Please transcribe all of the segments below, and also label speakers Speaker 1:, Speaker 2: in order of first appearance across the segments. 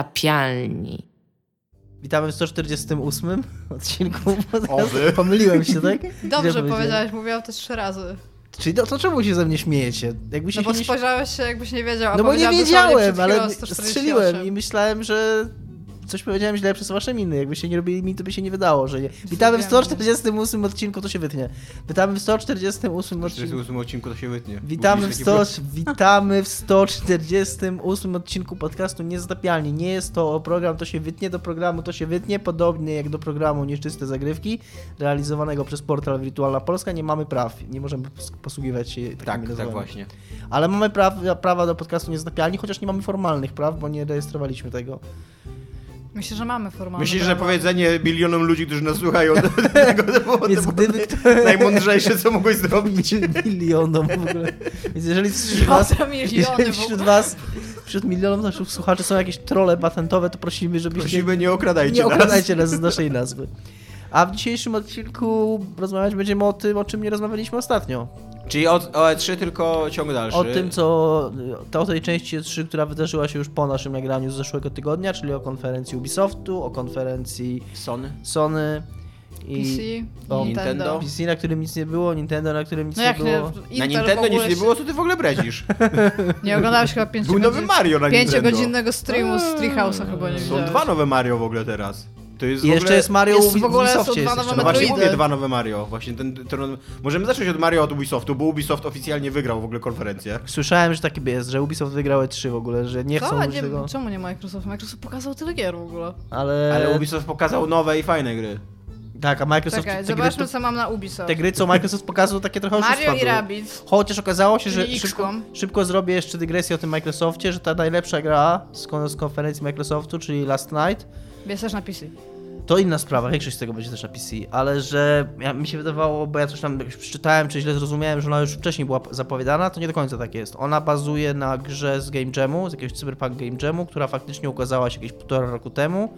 Speaker 1: Niezatapialni.
Speaker 2: Witamy w 148 odcinku. bo
Speaker 3: O, wy.
Speaker 2: teraz Pomyliłem się, tak? Źle
Speaker 4: Dobrze
Speaker 2: powiedziałem.
Speaker 4: powiedziałeś, mówiłam to trzy razy.
Speaker 2: Czyli to, to czemu się ze mnie śmiejecie? Jakby się
Speaker 4: No bo
Speaker 2: nie...
Speaker 4: spojrzałeś się, jakbyś nie wiedział, a
Speaker 2: No bo nie
Speaker 4: powiedziałam dosłownie
Speaker 2: wiedziałem,
Speaker 4: przed chwilą
Speaker 2: ale
Speaker 4: 148.
Speaker 2: strzeliłem i myślałem, że coś powiedziałem źle przez wasze miny. Jakby się nie robili mi, to by się nie wydało, że nie. Witamy w
Speaker 4: Wiem.
Speaker 2: 148 odcinku, to się wytnie. Witamy w 148
Speaker 3: W
Speaker 2: odcinku.
Speaker 3: 48 odcinku to się wytnie.
Speaker 2: Witamy w,
Speaker 3: Mówisz taki
Speaker 2: 100, witamy w 148 odcinku podcastu Niezatapialni. Nie jest to o program To się wytnie, do programu To się wytnie, podobnie jak do programu Nieczyste Zagrywki, realizowanego przez portal Wirtualna Polska. Nie mamy praw, nie możemy pos- posługiwać się takimi
Speaker 3: Tak, tak
Speaker 2: nazwami.
Speaker 3: właśnie.
Speaker 2: Ale mamy praw, prawa do podcastu Niezatapialni, chociaż nie mamy formalnych praw, bo nie rejestrowaliśmy tego.
Speaker 4: Myślę, że mamy formalny
Speaker 3: Myślisz, że
Speaker 4: prawo.
Speaker 3: powiedzenie milionom ludzi, którzy nas słuchają, to, tego, to było,
Speaker 2: Więc
Speaker 3: to
Speaker 2: gdyby
Speaker 3: było najmądrzejsze, co mogłeś zrobić.
Speaker 2: milionom w ogóle. Więc jeżeli wśród was,
Speaker 4: Poza miliony
Speaker 2: jeżeli
Speaker 4: w
Speaker 2: wśród
Speaker 4: ogóle.
Speaker 2: was, wśród milionów naszych słuchaczy są jakieś trole patentowe, to prosimy, żebyście
Speaker 3: Prosimy, nie okradajcie
Speaker 2: nie
Speaker 3: nas.
Speaker 2: okradajcie nas z naszej nazwy. A w dzisiejszym odcinku rozmawiać będziemy o tym, o czym nie rozmawialiśmy ostatnio.
Speaker 3: Czyli o, o E3 tylko ciąg dalszy.
Speaker 2: O tym, co. To o tej części 3, która wydarzyła się już po naszym nagraniu z zeszłego tygodnia, czyli o konferencji Ubisoftu, o konferencji
Speaker 3: Sony.
Speaker 2: Sony
Speaker 4: PC,
Speaker 2: i
Speaker 3: O,
Speaker 4: Nintendo.
Speaker 3: Nintendo.
Speaker 2: PC, na którym nic nie było, Nintendo, na którym nic
Speaker 4: No jak
Speaker 2: nie
Speaker 4: nie,
Speaker 2: było.
Speaker 3: Na
Speaker 4: Intel w
Speaker 3: Nintendo
Speaker 4: ogóle
Speaker 3: nic nie
Speaker 4: się-
Speaker 3: było, co ty w ogóle bredzisz?
Speaker 4: Nie oglądałeś chyba 5
Speaker 3: Był nowy Mario na Nintendo.
Speaker 4: Pięciogodzinnego streamu z Treehouse'a chyba nie
Speaker 3: Są
Speaker 4: widziałem.
Speaker 3: dwa nowe Mario w ogóle teraz. To jest
Speaker 2: I
Speaker 3: w
Speaker 2: jeszcze
Speaker 3: ogóle...
Speaker 2: jest Mario
Speaker 4: jest
Speaker 2: Ubi-
Speaker 4: w ogóle są
Speaker 2: Ubisoftie
Speaker 4: dwa
Speaker 2: jest
Speaker 4: nowe
Speaker 2: jeszcze
Speaker 3: No właśnie
Speaker 4: Metroidy.
Speaker 3: mówię dwa nowe Mario. Właśnie ten, ten, możemy zacząć od Mario od Ubisoftu, bo Ubisoft oficjalnie wygrał w ogóle konferencję.
Speaker 2: Słyszałem, że taki jest, że Ubisoft wygrały 3 w ogóle, że nie
Speaker 4: Co?
Speaker 2: chcą już
Speaker 4: nie,
Speaker 2: tego.
Speaker 4: Czemu nie Microsoft? Microsoft pokazał tyle gier w ogóle.
Speaker 2: Ale,
Speaker 3: Ale Ubisoft pokazał nowe i fajne gry.
Speaker 2: tak, a Microsoft
Speaker 4: Czekaj,
Speaker 2: te gry,
Speaker 4: zobaczmy co mam na
Speaker 2: te
Speaker 4: Ubisoft.
Speaker 2: gry, co Microsoft pokazał, takie trochę
Speaker 4: Mario
Speaker 2: oszustwa
Speaker 4: i
Speaker 2: były.
Speaker 4: Rabbids.
Speaker 2: Chociaż okazało się, że
Speaker 4: Czyli
Speaker 2: szybko,
Speaker 4: X-kom.
Speaker 2: szybko zrobię jeszcze dygresję o tym Microsoftie, że ta najlepsza gra z, kon- z konferencji Microsoftu, czyli Last Night,
Speaker 4: Jest też na PC.
Speaker 2: to inna sprawa, większość z tego będzie też na PC, ale że ja, mi się wydawało, bo ja coś tam jakoś przeczytałem, czy źle zrozumiałem, że ona już wcześniej była zapowiadana, to nie do końca tak jest. Ona bazuje na grze z Game Jamu, z jakiegoś Cyberpunk Game Jamu, która faktycznie ukazała się jakieś półtora roku temu.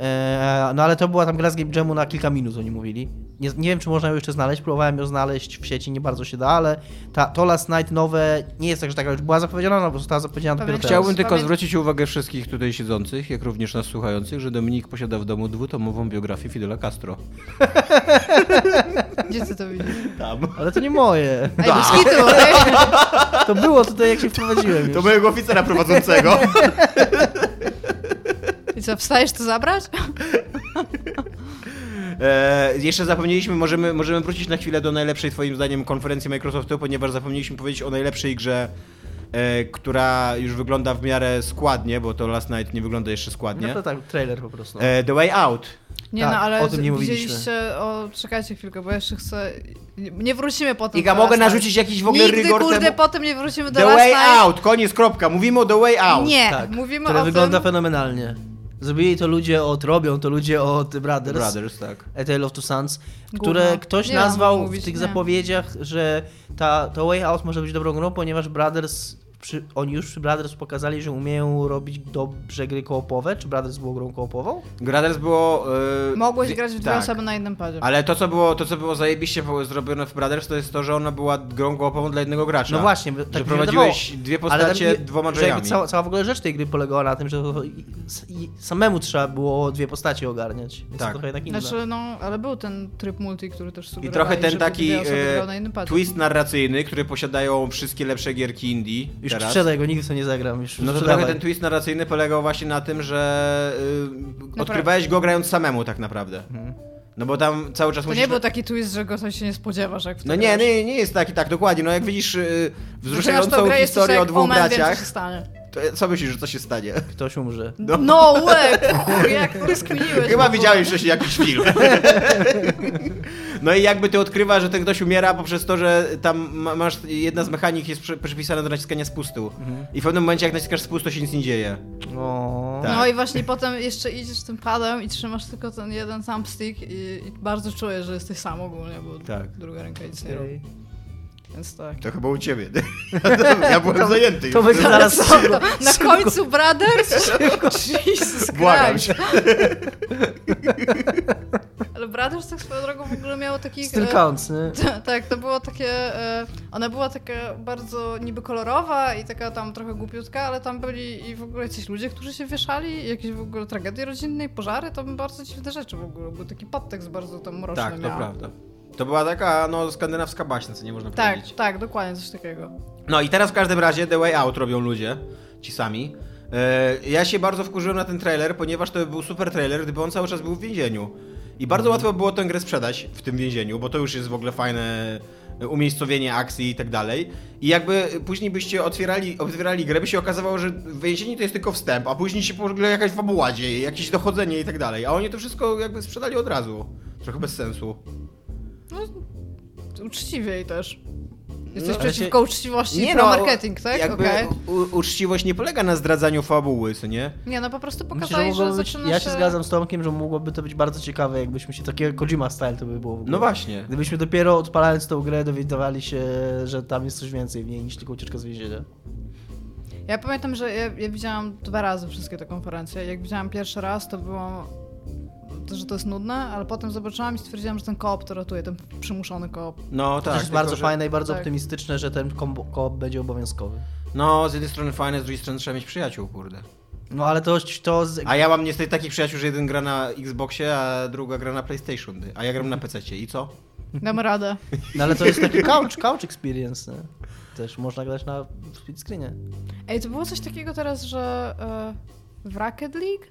Speaker 2: Eee, No ale to była tam gra z Game Jamu na kilka minut, oni mówili. Nie, nie wiem, czy można ją jeszcze znaleźć, próbowałem ją znaleźć w sieci, nie bardzo się da, ale ta, to Last Night nowe, nie jest tak, że ta gra już była zapowiedziana, no bo została zapowiedziana dopiero
Speaker 4: Pewnie
Speaker 2: teraz.
Speaker 3: Chciałbym tylko
Speaker 4: Pamię-
Speaker 3: zwrócić uwagę wszystkich tutaj siedzących, jak również nas słuchających, że Dominik posiada w domu dwutomową biografię Fidela Castro.
Speaker 4: Gdzie ty to widzisz?
Speaker 3: Tam.
Speaker 2: Ale to nie moje.
Speaker 4: Ej, bez kitu, ej!
Speaker 2: To było tutaj, jak się wprowadziłem już.
Speaker 3: To mojego oficera prowadzącego.
Speaker 4: I co, wstajesz to zabrać?
Speaker 3: E, jeszcze zapomnieliśmy, możemy, możemy wrócić na chwilę do najlepszej twoim zdaniem konferencji Microsoftu, ponieważ zapomnieliśmy powiedzieć o najlepszej grze, e, która już wygląda w miarę składnie, bo to Last Night nie wygląda jeszcze składnie.
Speaker 2: No to tak, trailer po prostu.
Speaker 3: E, The Way Out.
Speaker 4: Nie
Speaker 2: Tak,
Speaker 4: no, ale
Speaker 2: o tym nie mówiliśmy.
Speaker 4: widzieliście, o, czekajcie chwilkę, bo jeszcze chcę, nie, nie wrócimy potem
Speaker 3: Iga,
Speaker 4: do Last
Speaker 3: mogę
Speaker 4: Night.
Speaker 3: narzucić jakiś w ogóle
Speaker 4: tak. Nigdy,
Speaker 3: rygor
Speaker 4: kurde,
Speaker 3: temu?
Speaker 4: potem nie wrócimy do
Speaker 3: The
Speaker 4: Last
Speaker 3: Way
Speaker 4: Night.
Speaker 3: Out, koniec, kropka. Mówimy o The Way Out.
Speaker 4: Nie,
Speaker 2: tak,
Speaker 4: mówimy
Speaker 2: które
Speaker 4: o
Speaker 2: wygląda
Speaker 4: tym,
Speaker 2: fenomenalnie. Zrobili to ludzie od Robią, to ludzie od Brothers,
Speaker 3: Brothers, tak.
Speaker 2: A Tale of Two Sons,
Speaker 4: Gówno.
Speaker 2: które ktoś
Speaker 4: Nie
Speaker 2: nazwał
Speaker 4: mam mówić,
Speaker 2: w tych
Speaker 4: nie.
Speaker 2: zapowiedziach, że ta, to Way Out może być dobrą grą, ponieważ Brothers, przy, oni już przy Brothers pokazali, że umieją robić dobrze gry kołopowe. Czy Brothers było grą kołopową?
Speaker 3: Brothers było... e,
Speaker 4: mogłeś
Speaker 3: wi-
Speaker 4: grać w dwie
Speaker 3: tak.
Speaker 4: osoby na jednym padzie.
Speaker 3: Ale to co, było, to, co było zajebiście po- zrobione w Brothers, to jest to, że ona była grą głowową dla jednego gracza.
Speaker 2: No właśnie, tak mi
Speaker 3: że
Speaker 2: się
Speaker 3: prowadziłeś dwie
Speaker 2: Ale tam
Speaker 3: postacie
Speaker 2: je-
Speaker 3: dwoma
Speaker 2: że jakby
Speaker 3: drzwiami.
Speaker 2: cała, cała w ogóle rzecz tej gry polegała na tym, że to, i, i, samemu trzeba było dwie postacie ogarniać. Więc
Speaker 3: Tak.
Speaker 2: to trochę jednak inne.
Speaker 4: Znaczy, no, ale był ten tryb multi, który też
Speaker 3: I
Speaker 4: sugerowali,
Speaker 3: trochę ten
Speaker 4: żeby
Speaker 3: taki
Speaker 4: dwie osoby
Speaker 3: e,
Speaker 4: grały na jednym padzie.
Speaker 3: twist narracyjny, który posiadają wszystkie lepsze gierki indie
Speaker 2: już
Speaker 3: teraz.
Speaker 2: sprzedaj go, nigdy w to nie zagram. Już
Speaker 3: No to
Speaker 2: sprzedawaj.
Speaker 3: trochę ten twist narracyjny polegał właśnie na tym, że y,
Speaker 4: pra-
Speaker 3: odkrywałeś go grając samemu tak naprawdę.
Speaker 2: Mhm.
Speaker 3: No bo tam cały czas
Speaker 4: To
Speaker 3: musisz...
Speaker 4: nie był taki twist, że go coś się nie spodziewasz, jak w to
Speaker 3: No nie,
Speaker 4: grasz.
Speaker 3: nie, nie jest taki, tak dokładnie. No jak widzisz y,
Speaker 4: Zaczynasz tą
Speaker 3: wzruszającą
Speaker 4: grę, jesteś
Speaker 3: historię o
Speaker 4: jak,
Speaker 3: dwóch
Speaker 4: "O, man, wiem, co się
Speaker 3: braciach,
Speaker 4: stanie.
Speaker 3: to co myślisz, że co się stanie?
Speaker 2: Ktoś umrze.
Speaker 4: No, łe, kur, jak rozkminiłeś. no w
Speaker 3: Chyba
Speaker 4: ogóle.
Speaker 3: widziałeś wcześniej jakiś film. No i jakby ty odkrywasz, że ten ktoś umiera poprzez to, że tam ma- masz, jedna z mechanik jest przy- przypisana do naciskania spustu. I w pewnym momencie jak naciskasz spust, to się nic nie dzieje.
Speaker 2: No.
Speaker 3: Tak.
Speaker 4: No i właśnie potem jeszcze idziesz tym padem i trzymasz tylko ten jeden sam stick i, i bardzo czujesz, że jesteś sam ogólnie, bo
Speaker 3: Tak.
Speaker 4: druga ręka nic nie robi. Więc tak.
Speaker 3: To chyba u ciebie. Ja byłem zajęty
Speaker 2: To będzie zaraz szybko.
Speaker 4: Na końcu Brothers? Jesus Christ.
Speaker 3: Błagam cię.
Speaker 4: Ale Brothers tak swoją drogą w ogóle miało takich...
Speaker 2: Still
Speaker 4: e,
Speaker 2: counts, nie?
Speaker 4: Ta- Tak, to było takie. e, Ona była taka bardzo niby kolorowa i taka tam trochę głupiutka, ale tam byli i w ogóle jacyś ludzie, którzy się wieszali, jakieś w ogóle tragedie rodzinne i pożary, to były bardzo dziwne rzeczy w ogóle. Był taki podtekst bardzo tam mroczny.
Speaker 3: Tak, to
Speaker 4: miała.
Speaker 3: prawda. To była taka, no, skandynawska baśnia, co nie można
Speaker 4: Tak,
Speaker 3: powiedzieć.
Speaker 4: tak, dokładnie coś takiego.
Speaker 3: No i teraz w każdym razie The Way Out robią ludzie, ci sami. E, Ja się bardzo wkurzyłem na ten trailer, ponieważ to był super trailer, gdyby on cały czas był w więzieniu. I bardzo łatwo było tę grę sprzedać w tym więzieniu, bo to już jest w ogóle fajne umiejscowienie akcji i tak dalej. I jakby później byście otwierali, otwierali grę, by się okazało, że więzienie to jest tylko wstęp, a później się w ogóle jakaś fabuła dzieje, jakieś dochodzenie i tak dalej. A oni to wszystko jakby sprzedali od razu. Trochę bez sensu.
Speaker 4: No, uczciwiej też. Jesteś
Speaker 3: No,
Speaker 4: przeciwko uczciwości i
Speaker 3: no,
Speaker 4: marketing, tak?
Speaker 3: Jakby
Speaker 4: Okej.
Speaker 3: u- uczciwość nie polega na zdradzaniu fabuły, co nie?
Speaker 4: Nie, no po prostu
Speaker 2: Myślę,
Speaker 4: pokazali,
Speaker 2: że mogłoby
Speaker 4: że
Speaker 2: być,
Speaker 4: zaczyna
Speaker 2: ja się zgadzam z Tomkiem, że mogłoby to być bardzo ciekawe, jakbyśmy się takiego Kojima style to by było w ogóle.
Speaker 3: No właśnie.
Speaker 2: Gdybyśmy dopiero odpalając tą grę dowiedzieli się, że tam jest coś więcej w niej niż tylko ucieczka z więzienia.
Speaker 4: Ja pamiętam, że ja, ja widziałam dwa razy wszystkie te konferencje. Jak widziałam pierwszy raz, to było, to, że to jest nudne, ale potem zobaczyłam i stwierdziłam, że ten koop to ratuje, ten przymuszony koop.
Speaker 3: No
Speaker 2: to
Speaker 3: tak.
Speaker 2: też jest
Speaker 3: tylko,
Speaker 2: bardzo
Speaker 3: że-
Speaker 2: fajne i bardzo
Speaker 4: tak.
Speaker 2: optymistyczne, że ten kombo- koop będzie obowiązkowy.
Speaker 3: No, z jednej strony fajne, z drugiej strony trzeba mieć przyjaciół, kurde.
Speaker 2: No ale to, to z...
Speaker 3: A ja mam niestety takich przyjaciół, że jeden gra na Xboxie, a druga gra na PlayStation, a ja gram
Speaker 2: Mhm.
Speaker 3: na PC i co?
Speaker 4: Damy radę.
Speaker 2: No, ale to jest taki couch, couch experience. Nie? Też można grać na split screenie.
Speaker 4: Ej, to było coś takiego teraz, że e, w Rocket League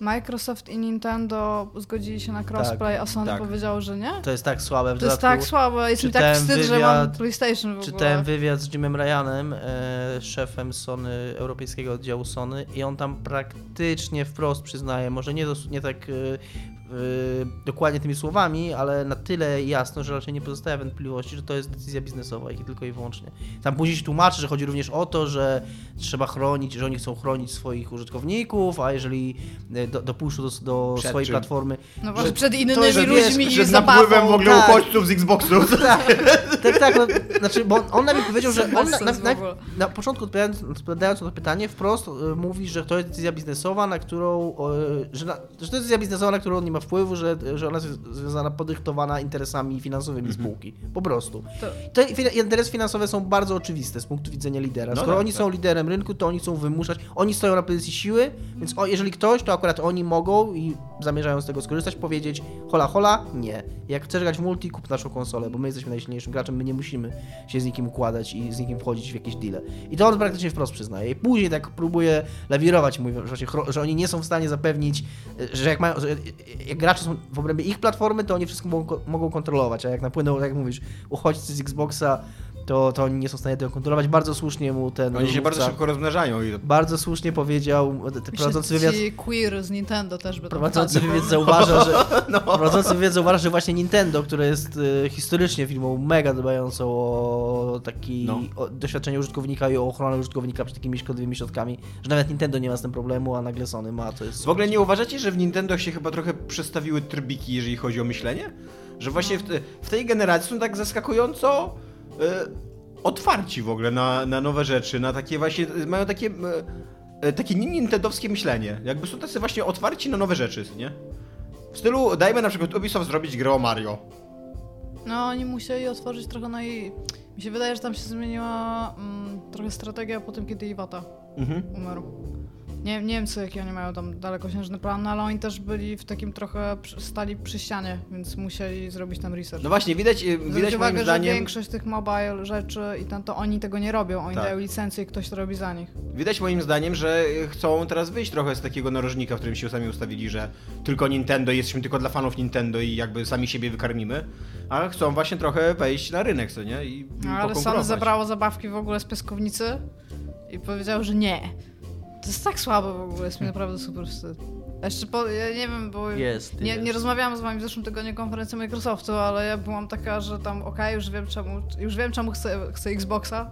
Speaker 4: Microsoft i Nintendo zgodzili się na crossplay, a Sony
Speaker 3: tak.
Speaker 4: powiedział, że nie?
Speaker 2: To jest tak słabe w
Speaker 4: To jest
Speaker 2: dodatku.
Speaker 4: tak słabe, jest mi tak
Speaker 2: czytałem
Speaker 4: wstyd, że mam
Speaker 2: wywiad-
Speaker 4: PlayStation w ogóle.
Speaker 2: Czytałem wywiad z Jimem Ryanem, e, szefem Sony, europejskiego oddziału Sony i on tam praktycznie wprost przyznaje, może nie, dos- nie tak e, e, dokładnie tymi słowami, ale na tyle jasno, że raczej nie pozostawia wątpliwości, że to jest decyzja biznesowa i tylko i wyłącznie. Tam później się tłumaczy, że chodzi również o to, że trzeba chronić, że oni chcą chronić swoich użytkowników, a jeżeli e, do, dopuszczą do, do
Speaker 3: Przed
Speaker 2: swojej
Speaker 3: czym?
Speaker 2: platformy
Speaker 4: No
Speaker 2: że-
Speaker 4: właśnie, przed
Speaker 2: to,
Speaker 4: innymi
Speaker 2: że wiesz,
Speaker 4: ludźmi i
Speaker 3: Przed napływem w
Speaker 4: zabawą.
Speaker 3: ogóle
Speaker 2: tak.
Speaker 3: uchodźców z Xboxu.
Speaker 2: Tak, tak, no, znaczy, bo on- on najpierw powiedział, że on na, na,
Speaker 4: Bez sensu w
Speaker 2: na,
Speaker 4: ogóle.
Speaker 2: na początku odpowiadając, odpowiadając na to pytanie, wprost y, mówi, że to jest decyzja biznesowa, na którą, y, że, na, że to jest decyzja biznesowa, na którą on nie ma wpływu, że, że ona jest związana, podyktowana interesami finansowymi
Speaker 3: Mhm.
Speaker 2: spółki. Po prostu.
Speaker 4: To-
Speaker 2: Te fi- interesy finansowe są bardzo oczywiste z punktu widzenia lidera.
Speaker 3: No
Speaker 2: Skoro
Speaker 3: tak,
Speaker 2: oni
Speaker 3: tak.
Speaker 2: są liderem rynku, to oni chcą wymuszać, oni stoją na pozycji siły, więc o, jeżeli ktoś, to akurat oni mogą i zamierzają z tego skorzystać, powiedzieć hola hola, nie. Jak chcesz grać w multi, kup naszą konsolę, bo my jesteśmy najsilniejszym graczem, my nie musimy się z nikim układać i z nikim wchodzić w jakieś deale. I to on praktycznie wprost przyznaje. I później tak próbuje lawirować, mówi, że, się chro- że oni nie są w stanie zapewnić, y, że jak, mają, że e, jak gracze są w obrębie ich platformy, to oni wszystko mogą, mogą kontrolować, a jak napłyną, tak jak mówisz, uchodźcy z Xboxa, to, to oni nie są w stanie tego kontrolować. Bardzo słusznie mu ten
Speaker 3: Oni się bardzo
Speaker 2: rozmówca-
Speaker 3: szybko rozmnażają i
Speaker 2: bardzo słusznie powiedział, te-
Speaker 4: Tak. Myślę,
Speaker 2: prowadzący
Speaker 4: że
Speaker 2: wywiad,
Speaker 4: Ci queer z Nintendo też by tam
Speaker 2: prowadzący
Speaker 4: wpadli.
Speaker 2: wywiad zauważa, że
Speaker 3: No.
Speaker 2: prowadzący wywiad zauważa, że właśnie Nintendo, które jest y, historycznie firmą mega dbającą o takie
Speaker 3: No.
Speaker 2: doświadczenie użytkownika i o ochronę użytkownika przed takimi szkodliwymi środkami, że nawet Nintendo nie ma z tym problemu, a nagle Sony ma, to jest
Speaker 3: W ogóle nie uważacie, że w Nintendo się chyba trochę przestawiły trybiki, jeżeli chodzi o myślenie? Że właśnie w, te, w tej generacji są tak zaskakująco e, otwarci w ogóle na, na nowe rzeczy, na takie właśnie, mają takie, e, e, takie nie nintendowskie myślenie. Jakby są tacy właśnie otwarci na nowe rzeczy, nie? W stylu, dajmy na przykład Ubisoft zrobić grę o Mario.
Speaker 4: No, oni musieli otworzyć trochę na jej... Mi się wydaje, że tam się zmieniła mm, trochę strategia po tym, kiedy Iwata
Speaker 3: Mhm.
Speaker 4: umarł. Nie, nie wiem, co jakie oni mają tam dalekosiężny plan, no, ale oni też byli w takim trochę, przy- stali przy ścianie, więc musieli zrobić tam research.
Speaker 3: No właśnie, widać, e,
Speaker 4: Zwróć
Speaker 3: widać moim
Speaker 4: uwagę, że
Speaker 3: zdaniem...
Speaker 4: większość tych mobile rzeczy i ten, to oni tego nie robią, oni
Speaker 3: Tak.
Speaker 4: dają licencję i ktoś to robi za nich.
Speaker 3: Widać moim zdaniem, że y, chcą teraz wyjść trochę z takiego narożnika, w którym się sami ustawili, że tylko Nintendo, jesteśmy tylko dla fanów Nintendo i jakby sami siebie wykarmimy, a chcą właśnie trochę wejść na rynek, co nie? I
Speaker 4: No, ale Sony
Speaker 3: pokonkurować.
Speaker 4: zabrało zabawki w ogóle z piaskownicy i powiedział, że nie. To jest tak słabe w ogóle, jest mi naprawdę super wstyd. A Jeszcze po, ja nie wiem, bo
Speaker 2: Jest,
Speaker 4: nie,
Speaker 2: jest.
Speaker 4: nie rozmawiałam z wami w zeszłym tygodniu konferencji Microsoftu, ale ja byłam taka, że tam okej, już wiem czemu, już wiem czemu chcę, chcę Xboxa,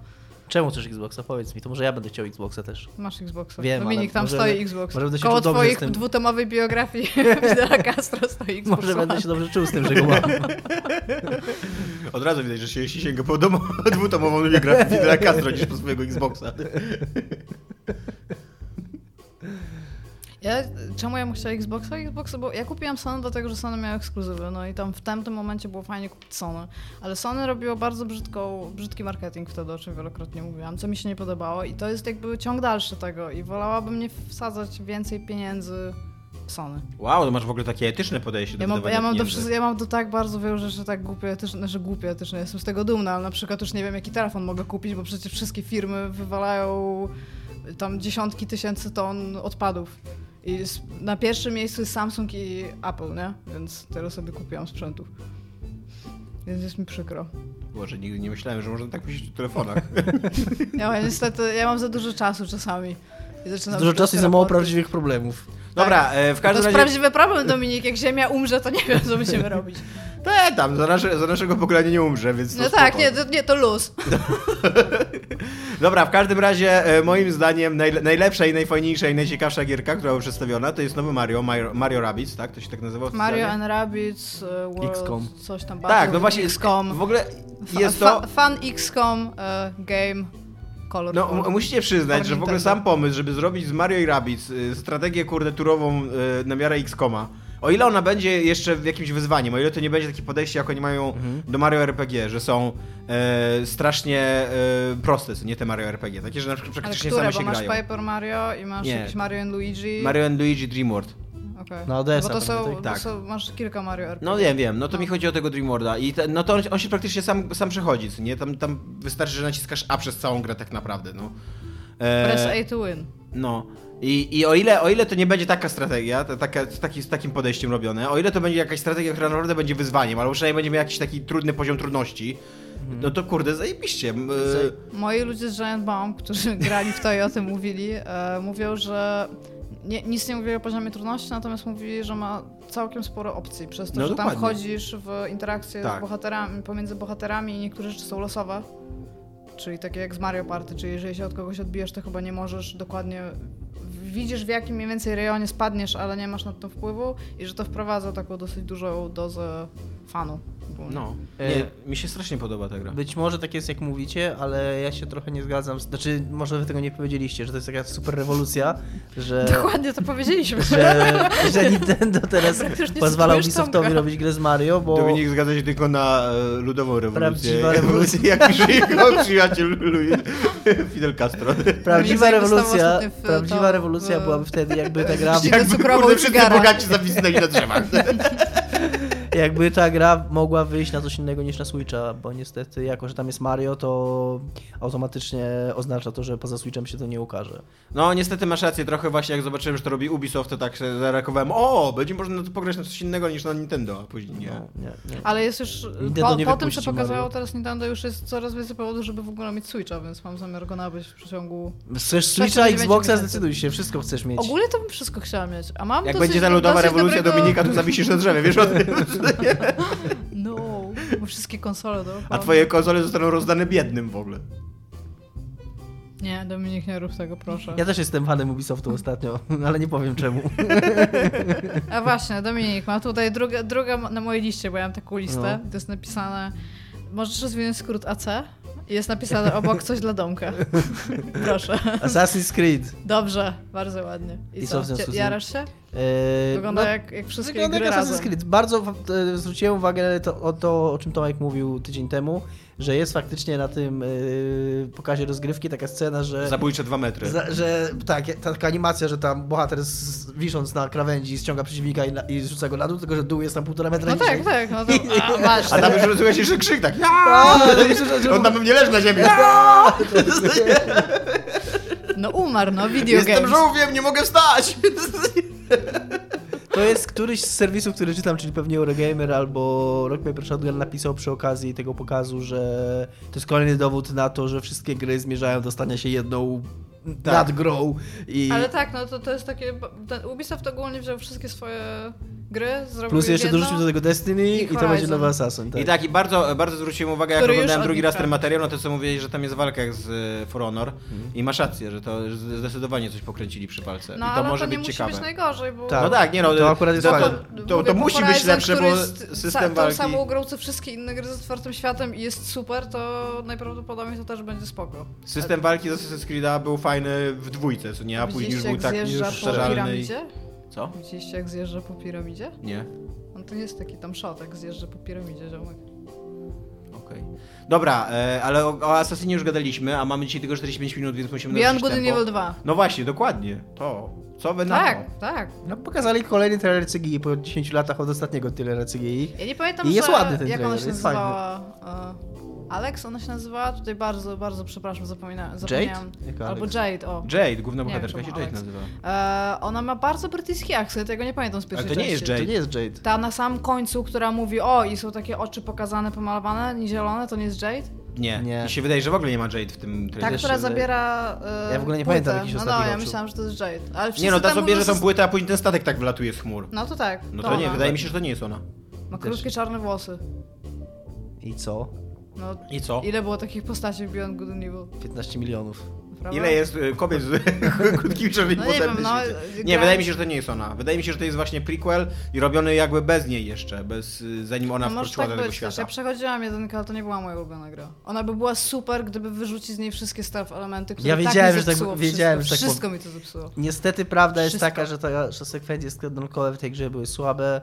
Speaker 2: Czemu chcesz Xboxa? Powiedz mi, to może ja będę chciał Xboxa też.
Speaker 4: masz Xboxa.
Speaker 2: Wiem,
Speaker 4: Dominik,
Speaker 2: ale
Speaker 4: tam
Speaker 2: może
Speaker 4: stoi
Speaker 2: będę-
Speaker 4: Xbox.
Speaker 2: może będę się
Speaker 4: Koło
Speaker 2: czuł dobrze
Speaker 4: twoich
Speaker 2: z tym.
Speaker 4: dwutomowej biografii Fidela Castro stoi
Speaker 3: No.
Speaker 4: Xbox.
Speaker 2: Może
Speaker 4: One.
Speaker 2: będę się dobrze czuł z tym, że go mam.
Speaker 3: Od razu widać, że się jeśli sięga po domu, dwutomową biografię Fidela Castro niż po swojego Xboxa.
Speaker 4: Ja, czemu ja bym chciała Xboxa? Xboxa, bo ja kupiłam Sony dlatego, że Sony miała ekskluzywy, no i tam w tamtym momencie było fajnie kupić Sony. Ale Sony robiło bardzo brzydką, brzydki marketing wtedy, o czym wielokrotnie mówiłam, co mi się nie podobało i to jest jakby ciąg dalszy tego i wolałabym nie wsadzać więcej pieniędzy w Sony.
Speaker 3: Wow, to masz w ogóle takie etyczne podejście do
Speaker 4: Ja mam,
Speaker 3: wydawania
Speaker 4: ja, mam do,
Speaker 3: pieniędzy.
Speaker 4: wszystko- ja mam do tak bardzo wielu rzeczy tak głupie etyczne, że głupie etyczne, jestem z tego dumna, ale na przykład już nie wiem jaki telefon mogę kupić, bo przecież wszystkie firmy wywalają tam dziesiątki tysięcy ton odpadów. I s- na pierwszym miejscu jest Samsung i Apple, nie? Więc teraz sobie kupiłam sprzętów. Więc jest mi przykro.
Speaker 3: Boże, nigdy nie myślałem, że można tak myśleć o telefonach.
Speaker 4: Ja mam, niestety, ja mam za dużo czasu czasami. I zaczynam
Speaker 2: Dużo
Speaker 4: czytać
Speaker 2: czasu i
Speaker 4: te
Speaker 2: za mało
Speaker 4: raporty.
Speaker 2: prawdziwych problemów.
Speaker 3: Dobra, e, w
Speaker 4: To
Speaker 3: każdym
Speaker 4: jest
Speaker 3: razie...
Speaker 4: prawdziwy problem, Dominik. Jak Ziemia umrze, to nie wiem, co będziemy robić.
Speaker 3: Te tam, za, nasze, za naszego pokolenia nie umrze, więc to
Speaker 4: No tak,
Speaker 3: spoko.
Speaker 4: nie, to, nie, to luz.
Speaker 3: Dobra, w każdym razie e, moim zdaniem najle- najlepsza i najfajniejsza i najciekawsza gierka, która była przedstawiona, to jest nowy Mario, Mario, Mario Rabbids, tak? To się tak nazywa
Speaker 4: Mario
Speaker 3: oficjalnie?
Speaker 4: and Rabbids, e, World,
Speaker 2: XCOM.
Speaker 4: coś
Speaker 3: Tak, no
Speaker 4: tam Battlefield
Speaker 3: właśnie,
Speaker 4: XCOM.
Speaker 3: w ogóle
Speaker 4: Fa-
Speaker 3: jest
Speaker 4: fa-
Speaker 3: to...
Speaker 4: Fan XCOM e, game Color.
Speaker 3: No, mu- musicie przyznać,
Speaker 4: Pan
Speaker 3: że w ogóle
Speaker 4: Nintendo.
Speaker 3: sam pomysł, żeby zrobić z Mario i Rabbids y, strategię kurde turową y, na miarę X-Koma, o ile ona będzie jeszcze jakimś wyzwaniem, o ile to nie będzie takie podejście, jak oni mają do Mario RPG, że są e, strasznie e, proste, są nie te Mario RPG, takie, że na przykład
Speaker 4: Ale
Speaker 3: praktycznie
Speaker 4: które?
Speaker 3: same
Speaker 4: bo
Speaker 3: się
Speaker 4: masz
Speaker 3: grają.
Speaker 4: Paper Mario i masz
Speaker 3: Nie.
Speaker 4: jakieś Mario and Luigi.
Speaker 3: Mario and Luigi Dreamworld.
Speaker 4: Okej.
Speaker 2: Na DS-a
Speaker 4: Bo to
Speaker 2: pewnie,
Speaker 4: są,
Speaker 3: tak.
Speaker 4: to są, masz kilka Mario RPG.
Speaker 3: No wiem, wiem, no to mi chodzi o tego Dreamworlda i te, no to on, on się praktycznie sam, sam przechodzi, co nie? Tam, tam wystarczy, że naciskasz A przez całą grę tak naprawdę, no. E,
Speaker 4: Press A to win.
Speaker 3: No. I, i o, ile, o ile to nie będzie taka strategia, to taka, taki, z takim podejściem robione, o ile to będzie jakaś strategia, która naprawdę będzie wyzwaniem, albo przynajmniej będzie miała jakiś taki trudny poziom trudności,
Speaker 2: Mhm.
Speaker 3: no to kurde, zajebiście. M, e,
Speaker 4: Moi ludzie z Giant Bomb, którzy grali w to i o tym mówili, e, mówią, że nie, nic nie mówili o poziomie trudności, natomiast mówili, że ma całkiem sporo opcji, przez to,
Speaker 3: No
Speaker 4: że tam
Speaker 3: dokładnie.
Speaker 4: wchodzisz w interakcje
Speaker 3: Tak.
Speaker 4: z bohaterami, pomiędzy bohaterami i niektóre rzeczy są losowe, czyli takie jak z Mario Party, czyli jeżeli się od kogoś odbijesz, to chyba nie możesz dokładnie... Widzisz, w jakim mniej więcej rejonie spadniesz, ale nie masz na to wpływu i że to wprowadza taką dosyć dużą dozę fanu. ogólnie.
Speaker 3: No.
Speaker 2: E,
Speaker 3: Nie, mi się strasznie podoba ta gra.
Speaker 2: Być może tak jest, jak mówicie, ale ja się trochę nie zgadzam. z- Znaczy, może wy tego nie powiedzieliście, że to jest taka super rewolucja, że,
Speaker 4: Dokładnie to powiedzieliśmy.
Speaker 2: że, że Nintendo teraz
Speaker 4: Praktycznie
Speaker 2: pozwala
Speaker 4: cytujesz
Speaker 2: Ubisoftowi
Speaker 4: Tomka.
Speaker 2: robić grę z Mario, bo...
Speaker 3: Dominik zgadza się tylko na e, ludową rewolucję.
Speaker 2: Prawdziwa rewolucja.
Speaker 3: Jak pisze jego przyjaciel Luis Fidel Castro.
Speaker 2: Prawdziwa rewolucja,
Speaker 4: Dominik został ostatnio w-
Speaker 2: prawdziwa
Speaker 4: to- no.
Speaker 2: rewolucja
Speaker 4: w-
Speaker 2: byłaby wtedy, jakby ta gra,
Speaker 4: Ścigał
Speaker 3: Jakby
Speaker 4: cukrową
Speaker 3: kurde wszyscy
Speaker 4: cygara.
Speaker 3: bogaci zawisnęli na drzewach.
Speaker 2: jakby ta gra mogła wyjść na coś innego niż na Switcha, bo niestety, jako że tam jest Mario, to automatycznie oznacza to, że poza Switchem się to nie ukaże.
Speaker 3: No niestety masz rację, trochę właśnie jak zobaczyłem, że to robi Ubisoft, to tak się zareagowałem, o, będzie można na to pograć na coś innego niż na Nintendo, a później nie.
Speaker 2: No, nie, nie.
Speaker 4: Ale jest już.
Speaker 2: Nintendo
Speaker 4: po
Speaker 2: nie
Speaker 4: po tym, co
Speaker 2: wypuści
Speaker 4: pokazało
Speaker 2: Mario.
Speaker 4: teraz Nintendo, już jest coraz więcej powodów, żeby w ogóle mieć Switcha, więc mam zamiar go nabyć w przeciągu.
Speaker 2: Chcesz
Speaker 4: Switcha
Speaker 2: Switcha,
Speaker 4: będzie
Speaker 2: Xboxa,
Speaker 4: między.
Speaker 2: zdecyduj się, wszystko chcesz mieć.
Speaker 4: Ogólnie to bym wszystko chciała mieć. A mam
Speaker 3: Jak
Speaker 4: dosyć,
Speaker 3: będzie ta ludowa
Speaker 4: dosyć
Speaker 3: rewolucja
Speaker 4: dobrego...
Speaker 3: Dominika, to zawisisz na drzewie, wiesz o tym?
Speaker 4: No, bo wszystkie konsole do.
Speaker 3: A twoje konsole zostaną rozdane biednym w ogóle.
Speaker 4: Nie, Dominik, nie rób tego, proszę.
Speaker 2: Ja też jestem fanem Ubisoftu ostatnio, ale nie powiem czemu.
Speaker 4: A właśnie, Dominik, mam tutaj druga, druga na mojej liście, bo ja mam taką listę.
Speaker 2: No.
Speaker 4: To jest napisane. Możesz rozwinąć skrót AC? I Jest napisane obok coś dla Domka. Proszę.
Speaker 2: Assassin's Creed.
Speaker 4: Dobrze, bardzo ładnie. I,
Speaker 2: I co
Speaker 4: co?
Speaker 2: w związku z tym?
Speaker 4: Jarasz się?
Speaker 2: Yy,
Speaker 4: Wygląda
Speaker 2: no,
Speaker 4: jak, jak wszystkie
Speaker 2: wygląda
Speaker 4: gry
Speaker 2: jak
Speaker 4: razem.
Speaker 2: Assassin's Creed. Bardzo w- e, zwróciłem uwagę to, o to, o czym Tomek mówił tydzień temu, że jest faktycznie na tym yy, pokazie rozgrywki taka scena, że...
Speaker 3: Zabójcze dwa metry.
Speaker 2: Za, że tak, ta taka animacja, że tam bohater z, wisząc na krawędzi ściąga przeciwnika i, na, i rzuca go na dół, tylko że dół jest tam półtora metra
Speaker 4: No
Speaker 2: niżej.
Speaker 4: tak, tak, no to a, masz.
Speaker 3: A tam już słychać jeszcze krzyk tak,
Speaker 2: A,
Speaker 3: "Jaa!"
Speaker 2: to myślę, że- że-
Speaker 3: On tam pewnie leży na ziemi.
Speaker 4: No umarł, no video
Speaker 3: Jestem
Speaker 4: games.
Speaker 3: żółwiem, nie mogę wstać!
Speaker 2: To jest któryś z serwisów, który czytam, czyli pewnie Eurogamer albo Rock Paper Shotgun napisał przy okazji tego pokazu, że to jest kolejny dowód na to, że wszystkie gry zmierzają do stania się jedną
Speaker 3: Tak.
Speaker 2: nadgrą i
Speaker 4: Ale tak, no to, to jest takie, bo ten Ubisoft ogólnie wziął wszystkie swoje gry, zrobił
Speaker 2: Plus jeszcze
Speaker 4: jedno,
Speaker 2: dorzucił do tego Destiny
Speaker 4: i
Speaker 2: i, to będzie
Speaker 4: Horizon.
Speaker 2: nowy Assassin. Tak.
Speaker 3: I tak, i bardzo, bardzo zwróciłem uwagę, jak
Speaker 4: Który już
Speaker 3: oglądałem drugi raz ten
Speaker 4: odnikamy.
Speaker 3: materiał, na to co mówiłeś, że tam jest walka jak z y, For Honor.
Speaker 2: Mhm.
Speaker 3: I masz rację, że to zdecydowanie coś pokręcili przy palce.
Speaker 4: No,
Speaker 3: I to
Speaker 4: ale
Speaker 3: może
Speaker 4: to nie
Speaker 3: być
Speaker 4: musi
Speaker 3: ciekawe.
Speaker 4: być najgorzej, bo...
Speaker 2: Tak.
Speaker 3: No tak, nie no.
Speaker 2: To akurat jest
Speaker 3: to, to,
Speaker 2: fajne.
Speaker 3: to, to,
Speaker 4: mówię,
Speaker 3: musi być
Speaker 4: Horizon,
Speaker 3: lepsze,
Speaker 4: który
Speaker 3: bo
Speaker 4: jest sa-
Speaker 3: system
Speaker 4: Tą
Speaker 3: walki...
Speaker 4: samą grą, co wszystkie inne gry z otwartym światem i jest super, to najprawdopodobniej to też będzie spoko.
Speaker 3: System walki z Assassin's Creed'a był fajny w dwójce, co nie? A później już
Speaker 4: Widzieliście,
Speaker 3: był
Speaker 4: jak
Speaker 3: tak
Speaker 4: zjeżdża
Speaker 3: już
Speaker 4: po
Speaker 3: szerzalny i...
Speaker 4: piramidzie?
Speaker 3: Co?
Speaker 4: Widzieliście, jak zjeżdża po piramidzie?
Speaker 3: Nie.
Speaker 4: No to nie jest taki tam shot, jak zjeżdża po piramidzie, ziomek.
Speaker 3: Okej. Dobra, e, ale o, o Assassinie już gadaliśmy, a mamy dzisiaj tylko 45 minut, więc musimy
Speaker 4: Beyond
Speaker 3: narzucić
Speaker 4: Good and
Speaker 3: tempo.
Speaker 4: Evil 2.
Speaker 3: No właśnie, dokładnie. To. Co wy na to?
Speaker 4: Tak, tak.
Speaker 2: No, pokazali kolejny trailer CGI po 10 latach od ostatniego trailera CGI.
Speaker 4: Ja nie pamiętam,
Speaker 2: I jest
Speaker 4: że,
Speaker 2: ładny ten
Speaker 4: jak ona
Speaker 2: trailer,
Speaker 4: się
Speaker 2: jest
Speaker 4: nazywała. e, Alex ona się nazywała? Tutaj bardzo, bardzo przepraszam, zapomina, zapomniałam.
Speaker 2: Jaka
Speaker 4: Albo
Speaker 2: Alex?
Speaker 4: Jade, o.
Speaker 3: Jade, główna
Speaker 4: Nie wiem,
Speaker 3: bohaterka
Speaker 4: czemu
Speaker 3: się Jade
Speaker 4: Alex.
Speaker 3: nazywa.
Speaker 4: E, ona ma bardzo brytyjski akcent, tego nie pamiętam z pierwszej
Speaker 3: to nie jest
Speaker 4: części.
Speaker 2: To
Speaker 3: Jade.
Speaker 2: nie jest Jade.
Speaker 4: Ta na sam końcu, która mówi o i są takie oczy pokazane, pomalowane, nie zielone, to nie jest Jade?
Speaker 3: Nie.
Speaker 2: Nie.
Speaker 3: Mi się wydaje, że w ogóle nie ma Jade w tym
Speaker 4: Ta,
Speaker 3: trailerze.
Speaker 2: jeszcze
Speaker 4: która
Speaker 2: Jade.
Speaker 4: zabiera e,
Speaker 2: Ja w ogóle nie
Speaker 4: płytę.
Speaker 2: pamiętam jakichś
Speaker 4: No no,
Speaker 2: ostatnich
Speaker 4: ja
Speaker 2: oczu.
Speaker 4: myślałem, że to jest Jade. Ale
Speaker 3: Nie no, ta
Speaker 4: Tak, wszyscy
Speaker 3: co
Speaker 4: tam
Speaker 3: bierze
Speaker 4: mówią,
Speaker 3: tą
Speaker 4: że-
Speaker 3: płytę, a później ten statek tak wylatuje z chmur.
Speaker 4: No to tak.
Speaker 3: No to nie,
Speaker 4: ona.
Speaker 3: wydaje mi się, że to nie jest ona.
Speaker 4: Ma krótkie czarne włosy.
Speaker 2: I co?
Speaker 4: No,
Speaker 3: I co?
Speaker 4: ile było takich postaci w Beyond Good and Evil?
Speaker 2: 15 milionów.
Speaker 4: Prawda?
Speaker 3: Ile jest y, kobiet z krótkimi czerwieni
Speaker 4: No nie wiem, no,
Speaker 3: Nie,
Speaker 4: gra-
Speaker 3: wydaje mi się, że to nie jest ona. Wydaje mi się, że to jest właśnie prequel i robiony jakby bez niej jeszcze, bez, y, zanim ona
Speaker 4: No może
Speaker 3: wkroczyła
Speaker 4: tak
Speaker 3: do tego
Speaker 4: być, też.
Speaker 3: świata.
Speaker 4: ja przechodziłam jedynkę, ale to nie była moja ulubiona gra. Ona by była super, gdyby wyrzucić z niej wszystkie stealth elementy, które
Speaker 2: Ja
Speaker 4: tak
Speaker 2: wiedziałem,
Speaker 4: mi
Speaker 2: że tak-
Speaker 4: zepsuło
Speaker 2: wiedziałem, że
Speaker 4: wszystko.
Speaker 2: tak
Speaker 4: Wszystko mi to zepsuło.
Speaker 2: Niestety prawda jest
Speaker 4: Wszystko.
Speaker 2: taka, że, ta, że sekwencje składnikowe w tej grze były słabe.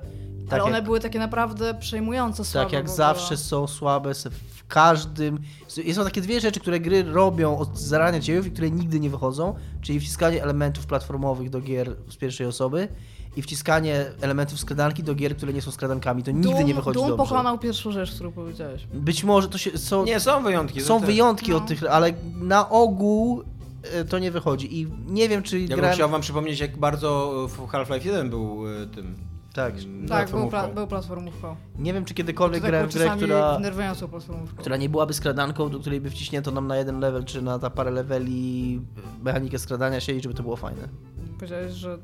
Speaker 2: Tak
Speaker 4: ale
Speaker 2: jak,
Speaker 4: one były takie naprawdę przejmująco słabe.
Speaker 2: tak jak
Speaker 4: bo
Speaker 2: zawsze
Speaker 4: była-
Speaker 2: są słabe se- w każdym. s- Są takie dwie rzeczy, które gry robią od zarania dziejów i które nigdy nie wychodzą, czyli wciskanie elementów platformowych do gier z pierwszej osoby i wciskanie elementów skradanki do gier, które nie są skradankami. To nigdy
Speaker 4: Doom,
Speaker 2: nie wychodzi
Speaker 4: Doom
Speaker 2: dobrze.
Speaker 4: pokonał pierwszą rzecz, którą powiedziałeś.
Speaker 2: Być może to się są
Speaker 3: Nie, są wyjątki.
Speaker 2: Są
Speaker 3: że-
Speaker 2: wyjątki
Speaker 4: No.
Speaker 2: od tych, ale na ogół e, to nie wychodzi. I nie wiem, czy
Speaker 3: Ja bym
Speaker 2: grałem...
Speaker 3: chciał wam przypomnieć, jak bardzo w Half-Life 1 był y, tym.
Speaker 2: Tak.
Speaker 3: mm,
Speaker 4: Tak, był,
Speaker 3: platformówką.
Speaker 4: pla- był platformówką.
Speaker 2: Nie wiem, czy
Speaker 4: To
Speaker 2: kiedykolwiek
Speaker 4: tak
Speaker 2: grałem
Speaker 4: było
Speaker 2: w grę,
Speaker 4: czasami
Speaker 2: która,
Speaker 4: wnerwiającą platformówką.
Speaker 2: która nie byłaby skradanką, do której by wciśnięto nam na jeden level, czy na ta parę leveli mechanikę skradania się i żeby to było fajne.
Speaker 4: Powiedziałeś, że